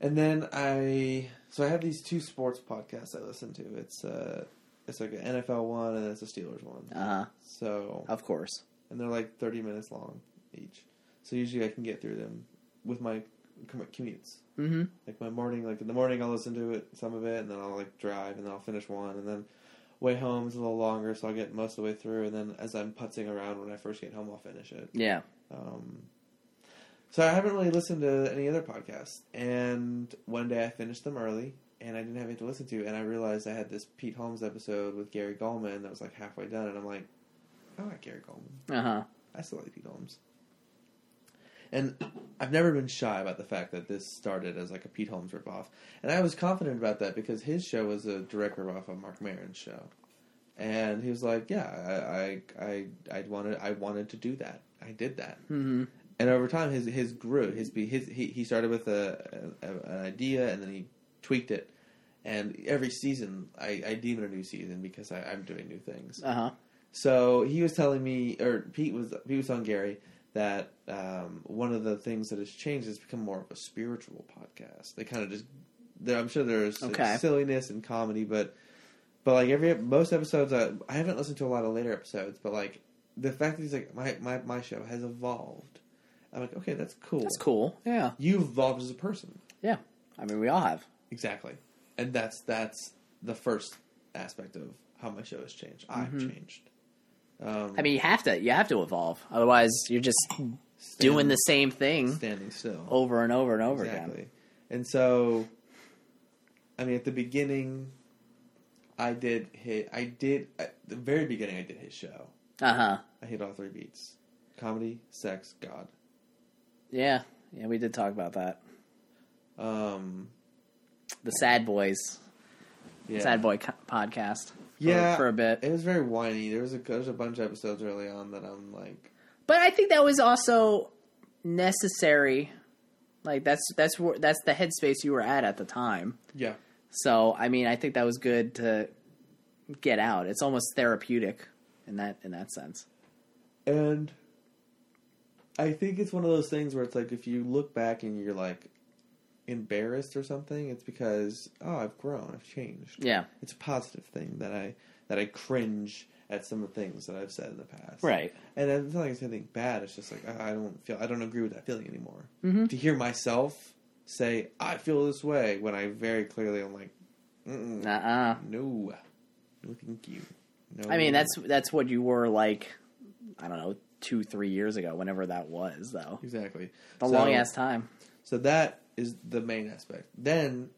And then I so I have these two sports podcasts I listen to. It's uh it's like an NFL one and it's a Steelers one.
uh
So
of course
and they're like thirty minutes long each. So usually I can get through them with my com- commutes.
mm-hmm
Like my morning, like in the morning I'll listen to it some of it, and then I'll like drive, and then I'll finish one, and then way home's a little longer, so I'll get most of the way through, and then as I'm putzing around when I first get home, I'll finish it.
yeah
Um, so I haven't really listened to any other podcasts. And one day I finished them early, and I didn't have anything to listen to. And I realized I had this Pete Holmes episode with Gary Goldman that was like halfway done, and I'm like, I like Gary Goldman.
uh-huh
I still like Pete Holmes. And I've never been shy about the fact that this started as like a Pete Holmes ripoff, and I was confident about that because his show was a direct ripoff of Mark Maron's show, and he was like, "Yeah, I, I, I, I wanted, I wanted to do that. I did that."
mm-hmm
and over time his his grew his be his he, he started with a, a an idea and then he tweaked it and every season I, I deem it a new season because I, I'm doing new things.
uh-huh
So he was telling me, or Pete was Pete was on Gary that um, one of the things that has changed is become more of a spiritual podcast. They kind of just, there. I'm sure there's
Okay.
silliness and comedy, but but like every most episodes, I, I haven't listened to a lot of later episodes, but like the fact that he's like my my my show has evolved. I'm like, okay, that's cool.
that's cool yeah
You've evolved as a person,
yeah i mean we all have
exactly, and that's that's the first aspect of how my show has
Mm-hmm.
changed. I've changed. Um,
i mean you have to you have to evolve otherwise you're just
Stand-
doing the same thing
standing still
over and over and over
exactly.
again.
And so, I mean, at the beginning, I did hit. I did at the very beginning. I did his show.
Uh huh.
I hit all three beats: comedy, sex, God.
Yeah. Yeah, we did talk about that.
Um,
The Sad Boys,
yeah,
Sad Boy co- podcast. for-
Yeah.
For, a bit.
It was very whiny. There was a there was a bunch of episodes early on that I'm like,
But I think that was also necessary. Like that's that's where that's the headspace you were at at the time.
yeah,
So I mean, I think that was good to get out. It's almost therapeutic in that in that sense.
and I think it's one of those things where it's like if you look back and you're like embarrassed or something, it's because oh, I've grown, I've changed.
Yeah.
it's a positive thing that I that I cringe at some of the things that I've said in the past.
Right.
And it's not like it's anything bad. It's just like I, I don't feel I don't agree with that feeling anymore. Mm-hmm. To hear myself say I feel this way when I very clearly I'm like, Mm-mm,
Uh uh
no, no, thank you. No,
I mean, that's that's what you were like. I don't know, two three years ago, whenever that was though.
exactly
The
So-
long ass time.
So that is the main aspect. Then,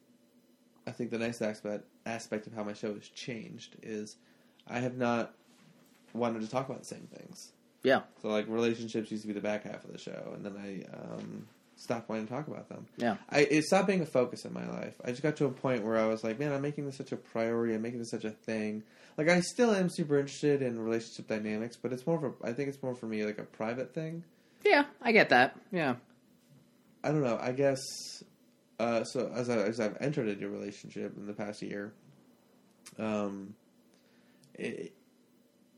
I think the next aspect aspect of how my show has changed is I have not wanted to talk about the same things.
Yeah.
So like relationships used to be the back half of the show, and then I um, stopped wanting to talk about them.
Yeah.
I, it stopped being a focus in my life. I just got to a point where I was like, man, I'm making this such a priority. I'm making this such a thing. Like I still am super interested in relationship dynamics, but it's more of a. I think it's more for me like a private thing.
Yeah, I get that. Yeah.
I don't know. I guess uh, so. As, I, as I've entered into a relationship in the past year, um, it,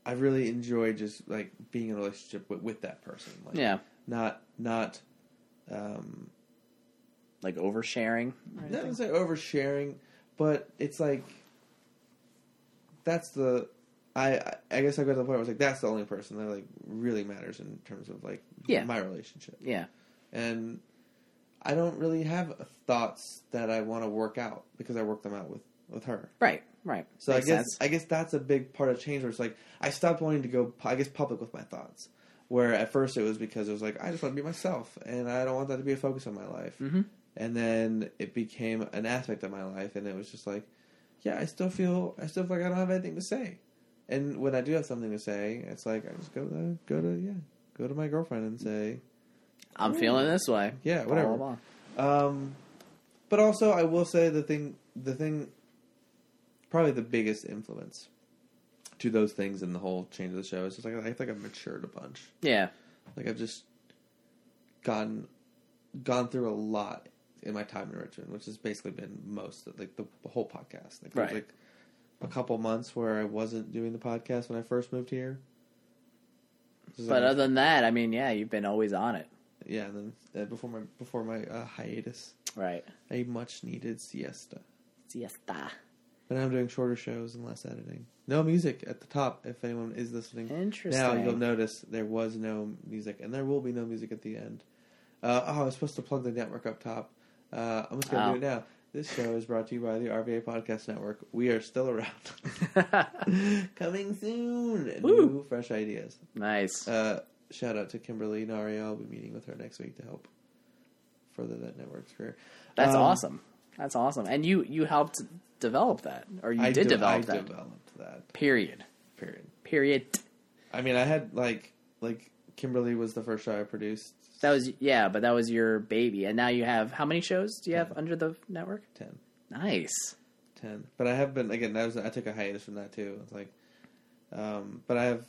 I really enjoy just like being in a relationship with, with that person. Like,
Yeah.
Not not. Um,
Like oversharing. or
not
anything.
necessarily oversharing, but it's like that's the. I I- I guess I got to the point where I was like, that's the only person that like really matters in terms of like
Yeah.
my relationship.
Yeah.
and I don't really have thoughts that I want to work out because I work them out with with her.
Right. Right.
So
Makes
I guess
sense.
I guess that's a big part of change. Where it's like I stopped wanting to go, pu- I guess, public with my thoughts. Where at first it was because it was like I just want to be myself, and I don't want that to be a focus on my life.
Mhm.
And then it became an aspect of my life, and it was just like, yeah, I still feel, I still feel like I don't have anything to say. And when I do have something to say, it's like I just go to go to yeah, go to my girlfriend and say,
I'm feeling this way.
Yeah,
Blah,
whatever.
blah, blah.
Um, but also, I will say the thing, the thing, probably the biggest influence to those things and the whole change of the show is just like I feel like I've matured a bunch.
Yeah.
Like I've just gotten gone through a lot in my time in Richmond, which has basically been most of, like the, the whole podcast. Like, there was,
Right.
like a couple months where I wasn't doing the podcast when I first moved here. This is
But
like-
other than that, I mean, yeah, you've been always on it.
yeah, and then uh, before my before my uh, hiatus,
Right.
a much needed siesta. <laughs>
Siesta.
But now I'm doing shorter shows and less editing. No music at the top. If anyone is listening
Interesting.
now, you'll notice there was no music, and there will be no music at the end. Uh, oh, I was supposed to plug the network up top. Uh, I'm just gonna
Oh.
do it now. This show is brought to you by the RVA Podcast Network. We are still around, <laughs> coming soon.
Woo.
New fresh ideas.
nice.
Uh, shout out to Kimberly Nari. I'll be meeting with her next week to help further that network's career.
That's
um,
awesome. That's awesome. And you you helped develop that, or you
I
did
de-
develop
I
that.
developed that.
Period.
Period.
Period.
I mean, I had like like Kimberly was the first show I produced
That was yeah, but that was your baby, and now you have how many shows do you have under the network?
10,
Nice.
10. But I have been again. That was I took a hiatus from that too. It's like, um, but I have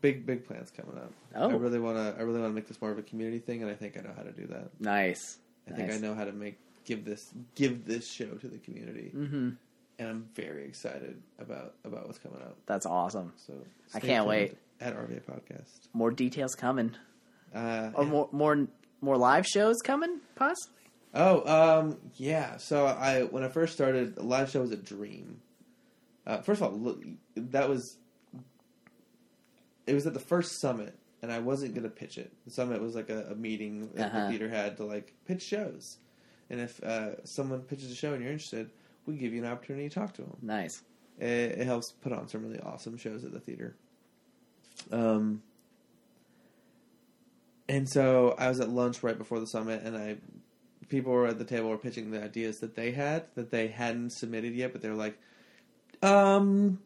big big plans coming up.
Oh.
I really want to. I really want to make this more of a community thing, and I think I know how to do that.
Nice.
I think I
Nice.
know how to make give this give this show to the community, mm-hmm. and I'm very excited about about what's coming up.
That's awesome.
So
I
stay
can't
tuned
wait.
at RVA Podcast.
More details coming.
Uh,
Or Oh, more more more live shows coming, possibly?
Oh, um, yeah. So I when I first started, the live show was a dream. Uh, first of all, look, that was it was at the first summit, and I wasn't gonna pitch it. The summit was like a, a meeting that the
Uh-huh.
theater had to like pitch shows, and if uh, someone pitches a show and you're interested, we give you an opportunity to talk to them.
Nice.
It, it helps put on some really awesome shows at the theater. Um, and so I was at lunch right before the summit, and I people were at the table were pitching the ideas that they had that they hadn't submitted yet, but they were like, um,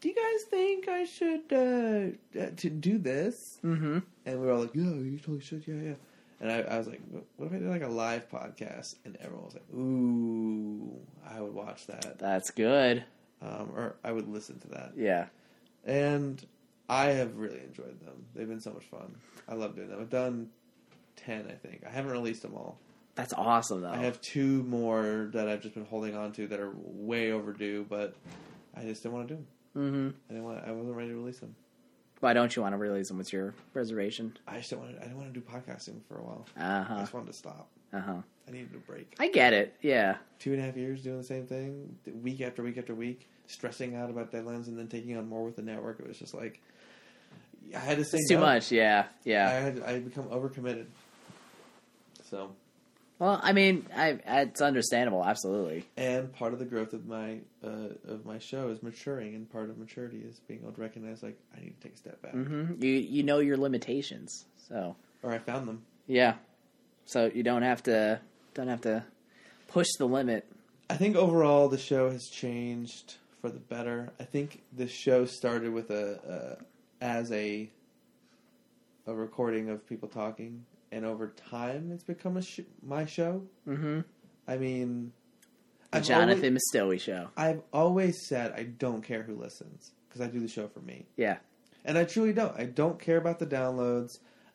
do you guys think I should uh, uh, to do this?
Mm-hmm.
And we were all like, yeah, you totally should, yeah, yeah. And I, I was like, "What- what if I did like a live podcast? And everyone was like, ooh, I would watch that,
That's good.
um, or I would listen to that.
Yeah.
And I have really enjoyed them. They've been so much fun. I love doing them. I've done ten, I think. I haven't released them all.
That's awesome, though.
I have two more that I've just been holding on to that are way overdue, but I just didn't want to do them.
mm-hmm.
I didn't want. I wasn't ready to release them.
Why don't you want to release them? What's your reservation?
I just didn't want. To, I didn't want to do podcasting for a while.
Uh
I
huh.
just wanted to stop.
Uh huh.
I needed a break.
I get it. Yeah.
Two and a half years doing the same thing, th- week after week after week, stressing out about deadlines, and then taking on more with the network. It was just like I had to say
It's too
no.
much. Yeah. Yeah.
I had I had become overcommitted. So,
Well, I mean, I it's understandable. Absolutely.
and part of the growth of my uh, of my show is maturing, and part of maturity is being able to recognize like I need to take a step back,
hmm You you know your limitations. So
or I found them.
yeah. So you don't have to don't have to push the limit.
I think overall the show has changed for the better. I think this show started with a, a as a a recording of people talking, and over time it's become a sh- my show.
Mm-hmm.
I mean,
The
I've always-
Jonathan Mistowi show.
I've always said I don't care who listens because I do the show for me,
Yeah.
and I truly don't. I don't care about the downloads.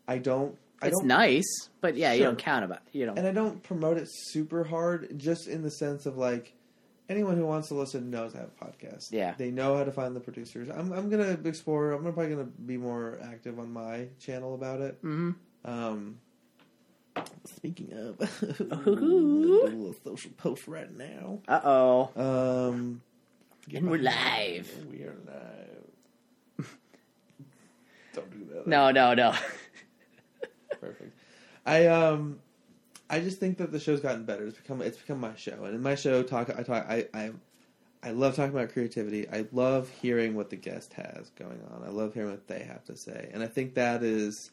I don't. I
It's
don't,
nice, but yeah, you
Sure.
don't count about you don't.
and I don't promote it super hard, just in the sense of like anyone who wants to listen knows I have a podcast.
Yeah.
they know how to find the producers. I'm I'm gonna explore. I'm probably gonna be more active on my channel about it.
Mhm.
Um, speaking of, <laughs> I'm gonna do
Ooh.
a little social post right now.
Uh oh.
Um,
And we're live.
And We are live.
<laughs>
Don't do that.
No, no, no. <laughs>
perfect. I um, I just think that the show's gotten better. It's become it's become my show, and in my show, talk I talk I I, I love talking about creativity. I love hearing what the guest has going on. I love hearing what they have to say, and I think that is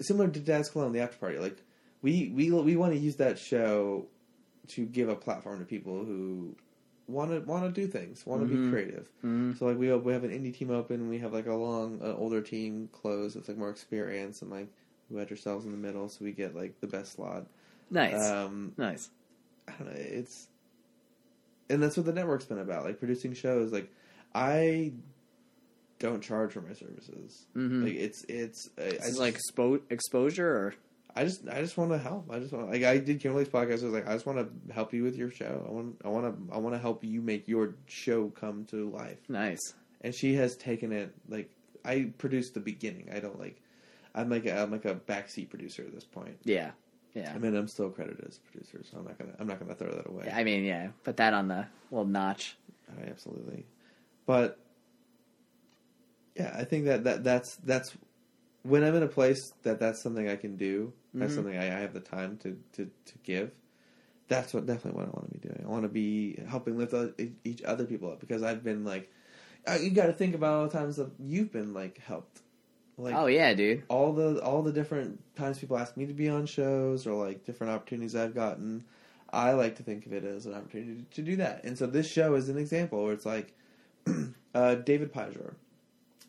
similar to Dad's Cologne, the after party. Like we we we want to use that show to give a platform to people who want to want to do things, want to be
Mhm.
creative.
Mhm.
So like we we have an indie team open, and we have like a long an older team close that's like more experience and like we wedge ourselves in the middle so we get like the best slot.
Nice,
Um,
nice.
I don't know. It's and that's what the network's been about, like producing shows. Like I don't charge for my services.
Mm-hmm.
Like it's it's I, I
Is
just,
this like expo- exposure or
I just I just want to help. I just want like I did Kimberly's podcast. I was like I just want to help you with your show. I want I want to I want to help you make your show come to life.
nice.
and she has taken it like I produced the beginning. I don't like I'm like a, I'm like a backseat producer at this point.
Yeah,
I
yeah.
mean I'm still credited as a producer, so I'm not gonna I'm not gonna throw that away.
I mean, yeah. Put that on the little notch.
I absolutely, but yeah, I think that that that's that's when I'm in a place that that's something I can do. That's
Mhm.
something I, I have the time to to to give. That's what definitely what I want to be doing. I want to be helping lift o- e, each other people up because I've been like, uh, you got to think about all the times that you've been like helped. Like,
oh yeah, dude.
all the all the different times people ask me to be on shows or like different opportunities I've gotten, I like to think of it as an opportunity to do that. And so this show is an example where it's like <clears throat> uh, David Pajor.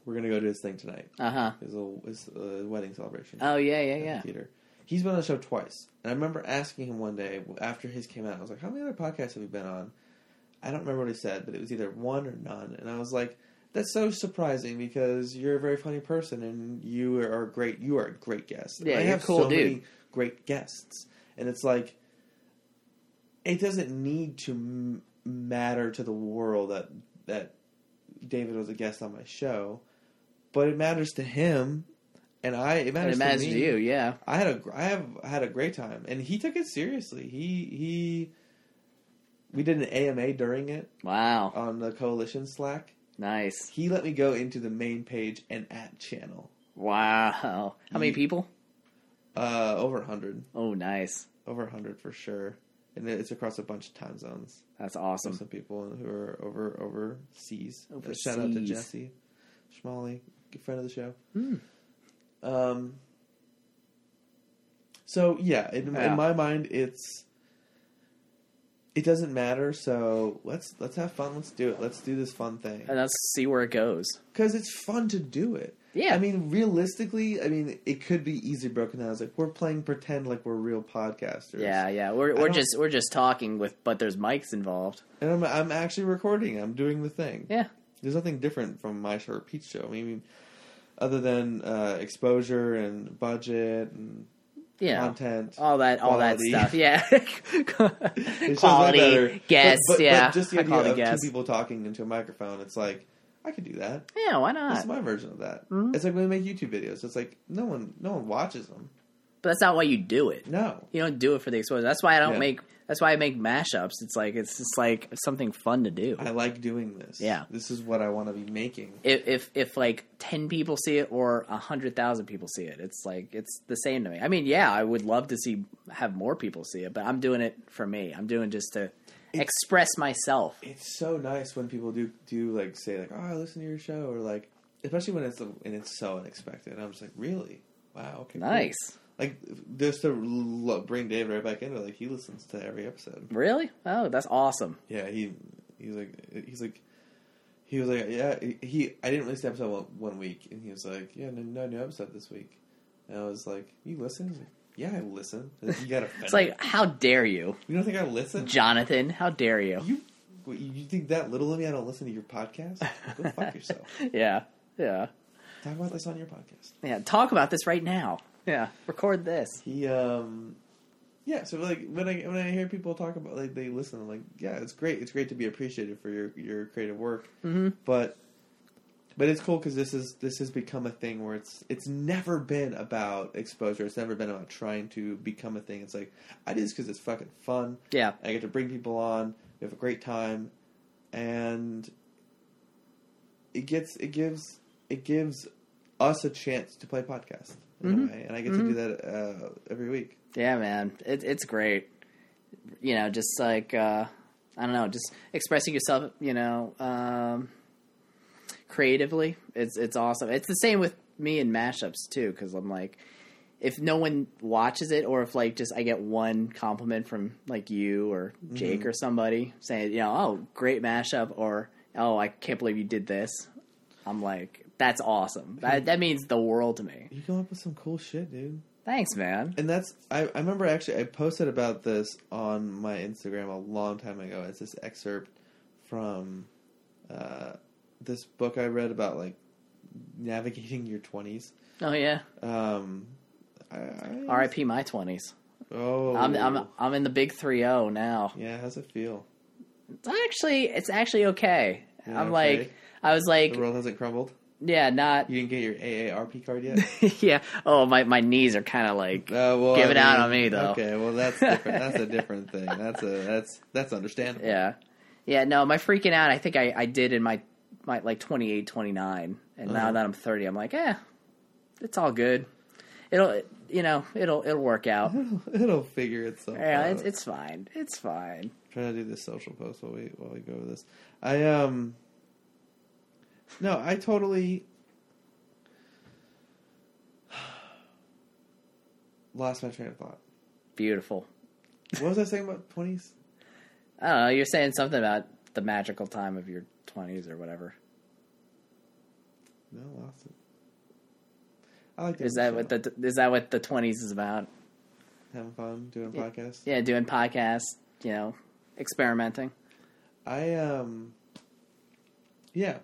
We're gonna go to his thing tonight.
Uh huh.
His little his uh, wedding celebration
Oh yeah, yeah,
at the
yeah.
theater. He's been on the show twice, and I remember asking him one day after his came out. I was like, "How many other podcasts have you been on?" I don't remember what he said, but it was either one or none. And I was like, "That's so surprising because you're a very funny person, and you are a great. You are a great guest. And
Yeah,
I
you're a
have
cool
so
dude.
many great guests, and it's like it doesn't need to m- matter to the world that that David was a guest on my show, but it matters to him." And I, it
And
matters,
it matters to
me.
you, yeah.
I had a gr- I have I had a great time, and he took it seriously. He he, we did an AMA during it
Wow,
on the coalition Slack.
nice.
He let me go into the main page and at channel.
Wow. How many
Ye-
people?
Uh, over hundred,
Oh, nice.
over hundred for sure, and it's across a bunch of time zones.
That's
So
awesome.
some people who are over overseas. Uh, Shout out to
Overseas.
Jesse, Schmalley, good friend of the show.
Hmm.
Um, So yeah, in,
Yeah.
in my mind, it's it doesn't matter. So let's let's have fun. Let's do it. Let's do this fun thing
and let's see where it goes.
because it's fun to do it.
Yeah.
I mean, realistically, I mean, it could be easy broken down. It's like we're playing pretend like we're real podcasters.
Yeah, yeah. We're
I
we're
don't-
just we're just talking with, but there's mics involved.
and I'm I'm actually recording. I'm doing the thing.
Yeah,
There's nothing different from my show or Pete's show. I mean, other than uh, exposure and budget and
yeah.
content.
All that, all
Quality.
that
<laughs>
stuff.
It
Yeah,
shows up better.
quality
But-
guess.
but- but
yeah,
just the
I call
idea
it
of
guess.
two people talking into a microphone. It's like I could do that.
Yeah, why
This
not?
is my version of that.
Mhm.
It's like when we make YouTube videos. It's like no one, no one watches them.
But that's not why you do it.
No,
You don't do it for the exposure. That's why I don't
Yeah.
make. That's why I make mashups. It's like it's just like something fun to do.
I like doing this.
Yeah.
this is what I want to be making.
if if, if like ten people see it or hundred thousand people see it, it's like it's the same to me. I mean, yeah, I would love to see have more people see it, but I'm doing it for me. I'm doing just to express myself.
It's so nice when people do do like say like oh I listen to your show or like especially when it's and it's so unexpected. I'm just like really wow okay cool."
Nice,
like just to lo- bring Dave right back into it, like he listens to every episode.
really? Oh, that's awesome.
Yeah, he he's like he's like he was like yeah he I didn't release the episode one, one week and he was like yeah no, no new episode this week and I was like you listen He's like, yeah I listen And you got offended
<laughs> It's like, how dare you,
you don't think I listen
Jonathan? How dare you?
you what, you think that little of me I don't listen to your podcast go fuck yourself
Yeah, yeah,
talk about this on your podcast
yeah. Talk about this right now. Yeah, record this.
he um yeah so like when I when I hear people talk about like they listen I'm like yeah it's great it's great to be appreciated for your your creative work
Mm-hmm.
but but it's cool because this is this has become a thing where it's it's never been about exposure. It's never been about trying to become a thing. It's like I do this because it's fucking fun.
Yeah,
I get to bring people on. We have a great time, and it gets it gives it gives us a chance to play podcast in
Mhm.
a way, and I get
Mhm.
to do that uh, every week.
Yeah, man, it, it's great. You know, just like uh, I don't know, just expressing yourself. You know, um, creatively, it's it's awesome. It's the same with me in mashups too, because I'm like, if no one watches it, or if like just I get one compliment from like you or Jake or somebody saying, you know, oh, great mashup, or oh, I can't believe you did this. I'm like, that's awesome. That that means the world to me.
You come up with some cool shit, dude.
Thanks, man.
And that's I, I remember actually I posted about this on my Instagram a long time ago. It's this excerpt from uh, this book I read about like navigating your twenties.
Oh yeah.
Um, I, I,
R.I.P. My twenties.
Oh,
I'm I'm I'm in the big three zero now.
yeah. How's it feel?
It's actually it's actually okay.
Yeah,
I'm
okay.
like I was like
The world hasn't crumbled.
yeah not
You didn't get your AARP card
<laughs>
yet.
yeah oh my my knees are kind of like
Uh, well,
Give
I
it out on me, though.
Okay, well that's different. that's a different thing. That's a that's that's understandable.
yeah yeah no my freaking out I think I I did in my my like 28 29 and now
Uh-huh.
that I'm 30 I'm like eh it's all good it'll you know it'll it'll work
<laughs>
out
<laughs> It'll figure itself
yeah
out.
it's it's fine it's fine
trying to do this social post while we while we go over this. I um No, I totally <sighs> lost my train of thought.
beautiful
What was I saying about twenties?
I don't know you're saying something about the magical time of your 20s or whatever
No, I lost it. I like doing
Is that
the
what
show.
the is that what the twenties is about?
having fun doing
Yeah.
podcasts?
Yeah, doing podcasts, you know, experimenting.
I um yeah.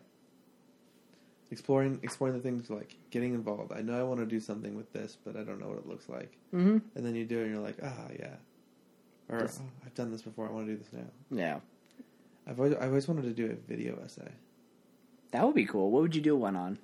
Exploring exploring the things like getting involved. I know I want to do something with this, but I don't know what it looks like.
hmm
and then you do it and you're like, ah, yeah. Or
Just-
"Oh, I've done this before. I want to do this now.
Yeah,
I've always, I've always wanted to do a video essay. <clears throat>
that would be cool. What would you do one on?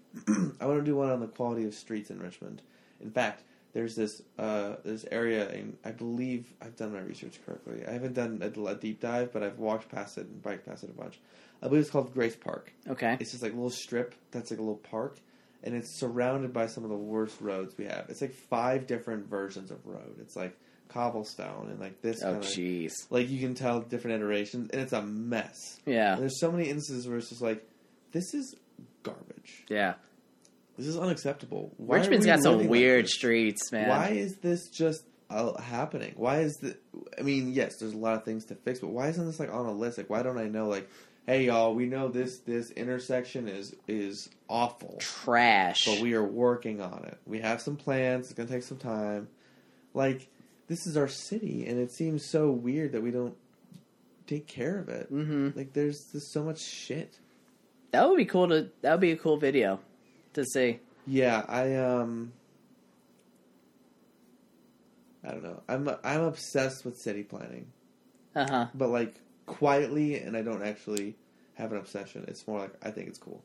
I want to do one on the quality of streets in Richmond. In fact, there's this uh, this area, and I believe I've done my research correctly. I haven't done a, a deep dive, but I've walked past it and biked past it a bunch. I believe it's called Grace Park.
Okay,
It's just like a little strip that's like a little park, and it's surrounded by some of the worst roads we have. It's like five different versions of road. It's like cobblestone and like this.
oh
kind of,
jeez,
like you can tell different iterations and it's a mess
yeah,
there's so many instances where it's just like this is garbage
yeah.
this is unacceptable Why are
Richmond's
we
got some
living like
weird
this?
streets, man.
why is this just uh, happening? Why is the? I mean, yes, there's a lot of things to fix, but why isn't this like on a list? Like, why don't I know? Like, hey, y'all, we know this this intersection is is awful,
Trash.
but we are working on it. We have some plans. It's gonna take some time. Like, this is our city, and it seems so weird that we don't take care of it.
hmm
Like, there's just so much shit.
That would be cool to. That would be a cool video to see.
Yeah, I um I don't know. I'm I'm obsessed with city planning,
Uh huh.
but like quietly and I don't actually have an obsession. It's more like I think it's cool.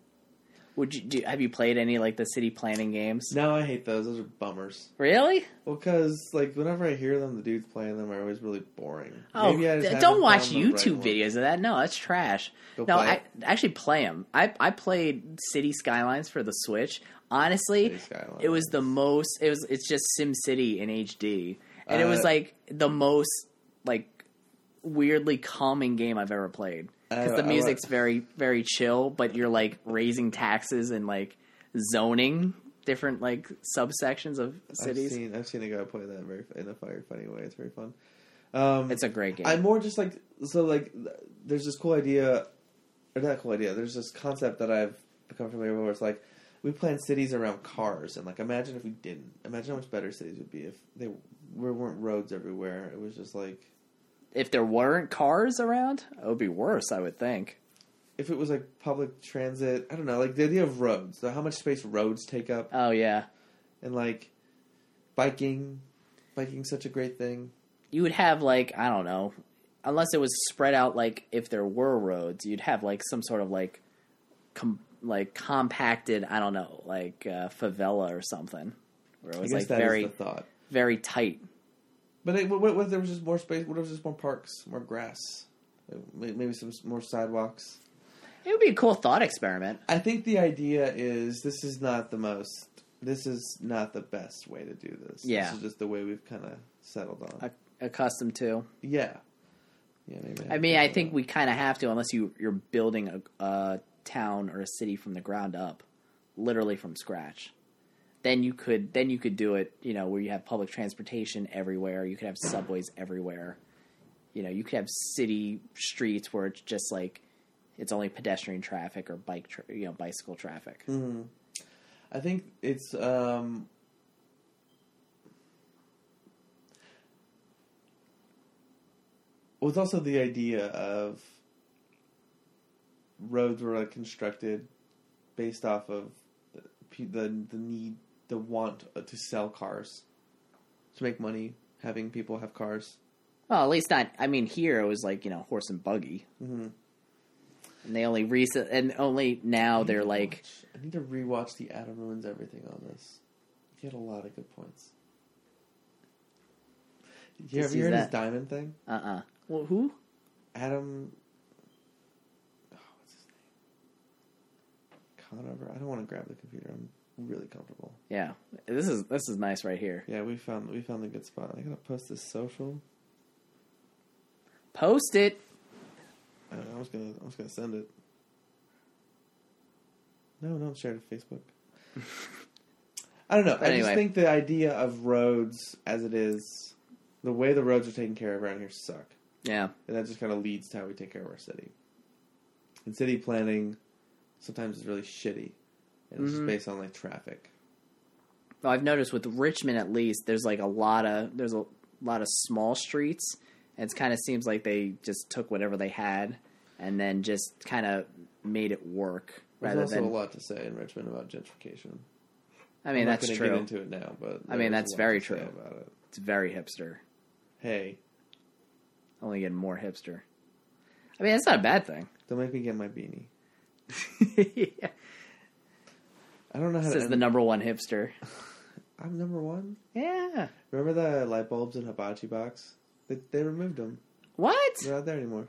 Would you do? Have you played any like the city planning games?
No, I hate those. Those are bummers.
Really?
Well, cuz like whenever I hear them the dudes playing them are always really boring.
Oh,
Maybe I just
d-
haven't
don't watch
found the right
YouTube
one.
videos of that. No, that's trash.
Go
no,
play
I
it.
actually play them. I I played City Skylines for the Switch. Honestly,
City Skylines.
it was the most. It was. It's just Sim City in HD, and it was
Uh,
like the most like weirdly calming game I've ever played because
I-
the
I wa-
music's very very chill, but you're like raising taxes and like zoning different like subsections of
I've
cities.
seen I've seen a guy play that very in a very funny way. It's very fun. Um
It's a great game.
I'm more just like so like th- there's this cool idea, or not cool idea. There's this concept that I've become familiar with where it's like we plan cities around cars and like imagine if we didn't. Imagine how much better cities would be if they there weren't roads everywhere. It was just like
if there weren't cars around, it would be worse, I would think.
if it was like public transit. I don't know, like the idea of roads. So how much space roads take up
Oh yeah,
and like biking, biking's such a great thing.
you would have like I don't know, unless it was spread out. Like if there were roads, you'd have like some sort of like, com- like compacted I don't know, like uh, favela or something, where it
I
was
guess
like
that is
very
the thought.
very tight.
But it, what, what if there was just more space? What if there was just more parks, more grass, May- maybe some s- more sidewalks?
It would be a cool thought experiment.
I think the idea is this is not the most. This is not the best way to do this.
Yeah.
this is just the way we've kind of settled on.
Ac- accustomed to.
yeah, yeah, maybe.
I mean, I think we kind of have to, unless you you're building a, a town or a city from the ground up, literally from scratch. Then you could then you could do it, you know, where you have public transportation everywhere. You could have subways everywhere. You know, you could have city streets where it's just like it's only pedestrian traffic or bike, tra- you know, bicycle traffic.
I think it's. um Well, it's also the idea of roads were like, constructed based off of the, pe- the the need, the want to sell cars, to make money, having people have cars.
Well, at least not. I mean, here it was like you know horse and buggy,
Mm-hmm.
and they only recent and only now they're like
I need to rewatch the Adam ruins everything on this. He had a lot of good points. You
This
ever
is
heard his
that-
diamond thing?
uh uh Well, who?
Adam. Oh, what's his name? Conover. I don't want to grab the computer. I'm really comfortable.
Yeah, this is this is nice right here.
Yeah, we found we found the good spot. I gotta post this social.
Post it.
Uh, I was gonna I was gonna send it. No, don't share it to
<laughs>
Facebook. I don't know.
But
I just
anyway.
think the idea of roads as it is, the way the roads are taken care of around here suck,
Yeah,
and that just kind of leads to how we take care of our city. And city planning sometimes is really shitty, and it's just
Mhm.
based on like traffic.
well, I've noticed with Richmond at least, there's like a lot of there's a lot of small streets, and it kind of seems like they just took whatever they had and then just kind of made it work
There's
rather
also a
than.
lot to say in Richmond about gentrification.
I mean,
I'm not gonna
that's true.
Get into it now, but
I
there's a
mean, that's
lot
very
to say
true.
About it.
it's very hipster.
Hey,
Only getting more hipster. I mean, that's not a
<laughs>
bad thing. <laughs>
don't make me get my beanie.
yeah.
I don't know how
This
to.
is
end
the number one hipster.
I'm number one.
Yeah.
Remember the light bulbs in Hibachi box? They, they removed them.
What?
They're not there anymore.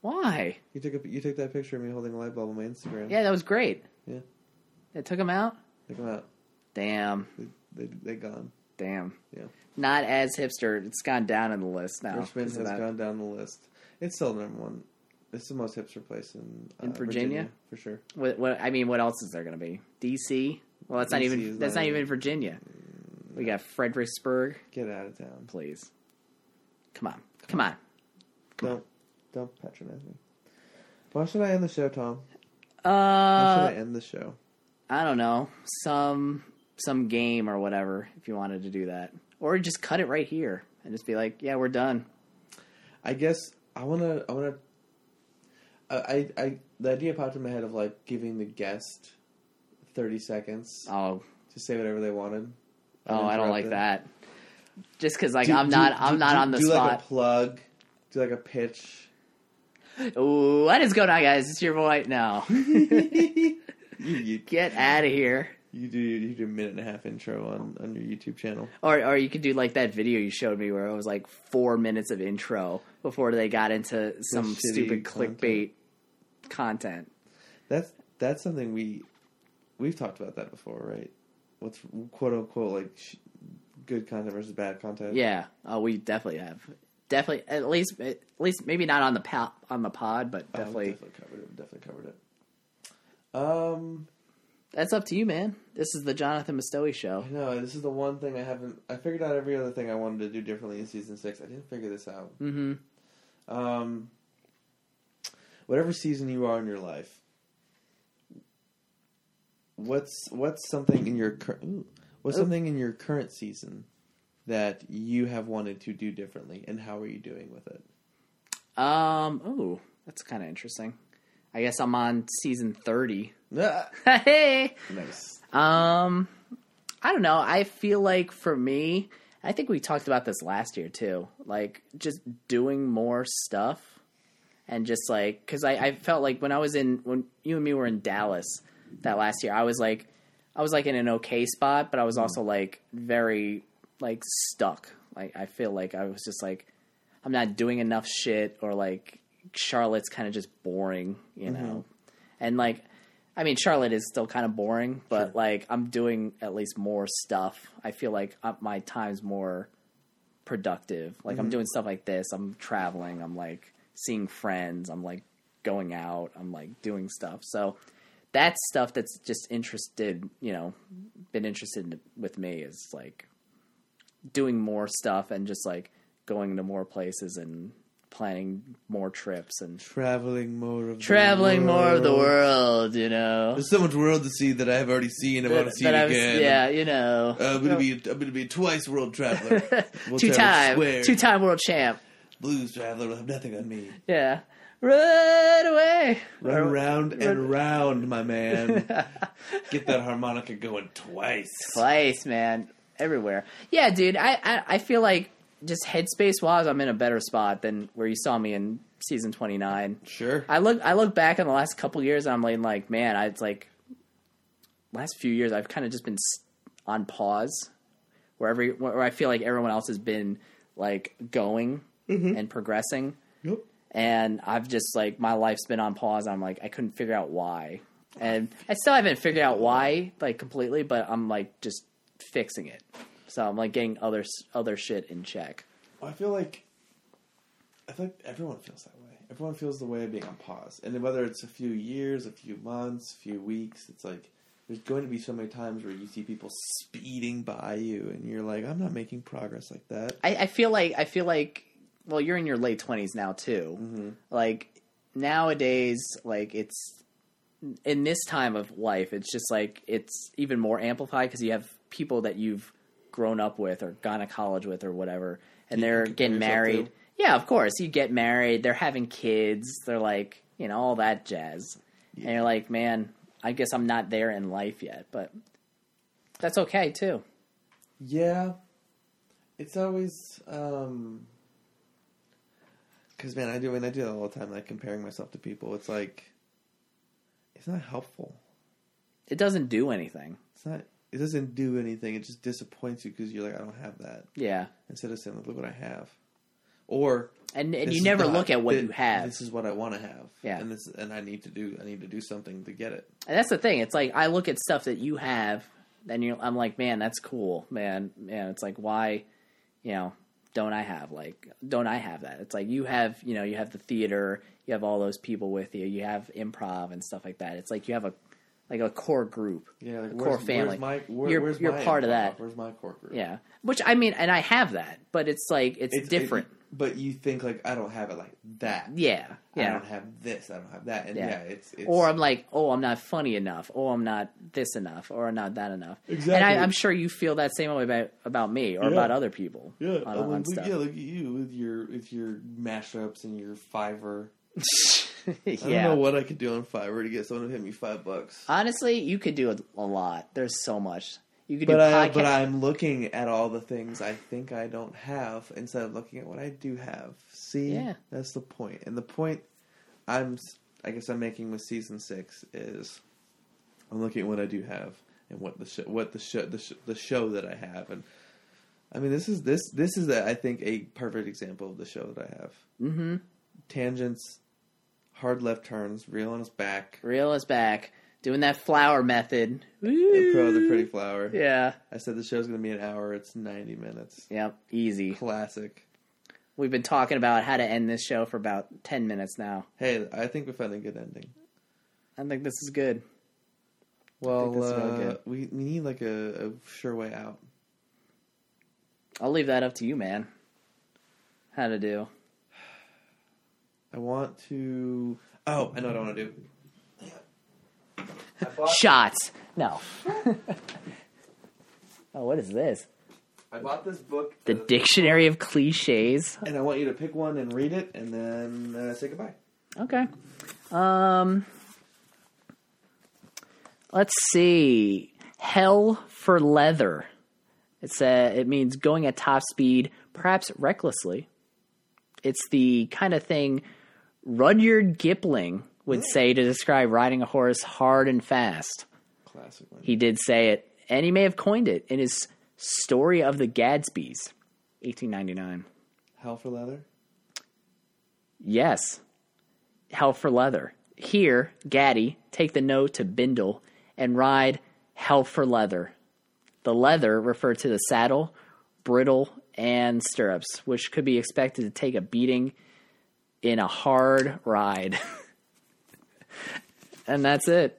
Why?
You took a, you took that picture of me holding a light bulb on my Instagram.
Yeah, that was great.
Yeah.
They took him out.
They come out.
Damn.
They they they gone.
Damn.
Yeah.
Not as hipster. It's gone down in the list now.
Richmond
Oh, Is
has
that-
gone down the list. It's still number one. It's the most hipster place in uh,
In Virginia?
for sure.
What, what, I mean, what else is there going to be? DC. Well, that's not
DC
even
is
that's
not
not
even- Mm,
even Virginia. We got Fredericksburg.
Get out of town.
Please, come on, come on.
Don't don't patronize me. Why should I end the show, Tom? Why
Uh,
should I end the show?
I don't know some some game or whatever. If you wanted to do that, or just cut it right here and just be like, yeah, we're done.
I guess I wanna I wanna I I, I the idea popped in my head of like giving the guest thirty seconds
Oh,
to say whatever they wanted.
oh, I don't like
Uninterrupted.
that. Just because, like,
Do-
I'm
do-
not,
do-
I'm not
do-
on the
do like
spot.
a plug. Do like a
<laughs>
pitch.
Ooh, what is going on, guys? It's your boy. No,
<laughs> you, you,
get out of here.
you do you do a minute and a half intro on, on your YouTube channel.
Or, or you could do like that video you showed me where it was like four minutes of intro before they got into some
shitty
stupid
content.
clickbait content.
That's that's something we we've talked about that before, right? What's quote unquote like sh- good content versus bad content?
Yeah, oh, we definitely have, definitely at least at least maybe not on the pop on the pod, but
Oh,
definitely
definitely covered it. Definitely covered it. Um,
that's up to you, man. This is the Jonathan Mistowi show.
no, this is the one thing I haven't. I figured out every other thing I wanted to do differently in season six. I didn't figure this out.
Mm-hmm.
Um, whatever season you are in your life, what's what's something in your cur- ooh, what's
Oh.
something in your current season that you have wanted to do differently, and how are you doing with it?
Um, oh, that's kind of interesting. I guess I'm on season thirty. <laughs>
Ah,
hey.
nice.
Um, I don't know. I feel like for me, I think we talked about this last year too. Like just doing more stuff, and just like because I, I felt like when I was in when you and me were in Dallas that last year, I was like I was like in an okay spot, but I was also like very like stuck. Like I feel like I was just like I'm not doing enough shit, or like Charlotte's kind of just boring, you know. And like, I mean, Charlotte is still kind of boring, but like, I'm doing at least more stuff. I feel like uh, my time's more productive. Like, I'm doing stuff like this. I'm traveling. I'm like seeing friends. I'm like going out. I'm like doing stuff. So that's stuff that's just interested, you know, been interested in, with me is like doing more stuff and just like going to more places and planning more trips and
Traveling more of
traveling
the world.
more of the world, you know.
There's so much world to see that I have already seen. I want to see
That
it
I was-
again.
yeah, you know.
Uh, I'm gonna be I'm gonna be a twice world
<laughs>
traveler. We'll
two
travel
time,
square.
two time world champ.
blues traveler will have nothing on me.
Yeah, run away.
Run round and round, my <laughs> man. Get that harmonica going twice.
Place, man, everywhere. Yeah, dude. I, I I feel like just headspace wise, I'm in a better spot than where you saw me in season 29.
Sure.
I look I look back on the last couple years and I'm like, like man, I, it's like last few years I've kind of just been s- on pause where every where I feel like everyone else has been like going and progressing
Yep.
and I've just like my life's been on pause. I'm like I couldn't figure out why. And I still haven't figured out why like completely, but I'm like just fixing it. So I'm like getting other s- other shit in check.
I feel like I feel like everyone feels that way. Everyone feels the way of being on pause, and whether it's a few years, a few months, a few weeks, it's like there's going to be so many times where you see people speeding by you, and you're like, I'm not making progress like that.
I, I feel like I feel like well, you're in your late twenties now too. Like nowadays, like it's in this time of life, it's just like it's even more amplified because you have people that you've grown up with or gone to college with or whatever, and they're
compare
getting
yourself
married.
to.
Yeah, of course, you get married. They're having kids. They're like you know all that jazz, and you're like, man, I guess I'm not there in life yet, but that's okay too.
Yeah. It's always um cuz man, I do and I do that all the time like comparing myself to people. It's like it's not helpful.
It doesn't do anything.
It's not it doesn't do anything. It just disappoints you cuz you're like I don't have that.
Yeah.
Instead of saying like, look what I have. Or
and, and
this
you
is
never
not-
look at what
thi-
you have.
This is what I want to have.
Yeah.
And this and I need to do I need to do something to get it.
and that's the thing. It's like I look at stuff that you have, and you, I'm like, man, that's cool, man. Man, it's like why, you know, don't I have like don't I have that? It's like you have, you know, you have the theater, you have all those people with you, you have improv and stuff like that. It's like you have a like a core group,
Yeah, like,
a
where's,
core family.
Where's my, where,
you're
where's
you're
my
part of
improv?
that.
Where's my core group?
Yeah, which I mean, and I have that, but it's like it's,
It's- it-
different.
but you think like I don't have it like that.
yeah,
I
yeah.
don't have this. I don't have that. And yeah,
Yeah.
it's, it's
Or I'm like, oh, I'm not funny enough. Oh, I'm not this enough. Or I'm not that enough. And
Exactly.
I, I'm sure you feel that same way about about me or
Yeah.
about other people.
yeah,
on,
I mean,
on
look-
stuff. <laughs>
yeah. Look at you with your with your mashups and your Fiverr. I
Yeah.
don't know what I could do on Fiverr to get someone to pay me five bucks.
Honestly, you could do a, a lot. There's so much you could
but
do.
I,
podcast-
but I'm looking at all the things I think I don't have instead of looking at what I do have. See,
Yeah.
that's the point. And the point I'm, s- I guess I'm making with season six is I'm looking at what I do have and what the show, what the show, the, sh- the show that I have. And I mean, this is this this is I think a perfect example of the show that I have. Mm-hmm. Tangents, hard left turns, reel on his back,
Reel is back doing that flower method.
and pro the pretty flower.
<laughs> Yeah.
I said the show's going to be an hour. It's 90 minutes.
Yep. Easy.
Classic.
We've been talking about how to end this show for about ten minutes now.
Hey, I think we found a good ending.
I think this is good.
Well,
that's
uh,
really good.
we we need like a, a sure way out.
I'll leave that up to you, man. How to do?
I want to. Oh, I know what I want to do. I bought,
Shots. No. <laughs> oh, what is this?
I bought this book,
The
uh,
Dictionary of Cliches.
and I want you to pick one and read it, and then uh, say goodbye.
Okay. Um, let's see. Hell for leather. It's a, it means going at top speed, perhaps recklessly. It's the kind of thing Rudyard Gipling would say to describe riding a horse hard and fast.
Classic one.
He did say it, and he may have coined it in his Story of the Gadsbys, 1899.
Hell for leather.
Yes. Hell for leather. Here, Gaddy, take the no to Bindle and ride hell for leather. The leather referred to the saddle, bridle, and stirrups, which could be expected to take a beating in a hard ride. <laughs> and that's it.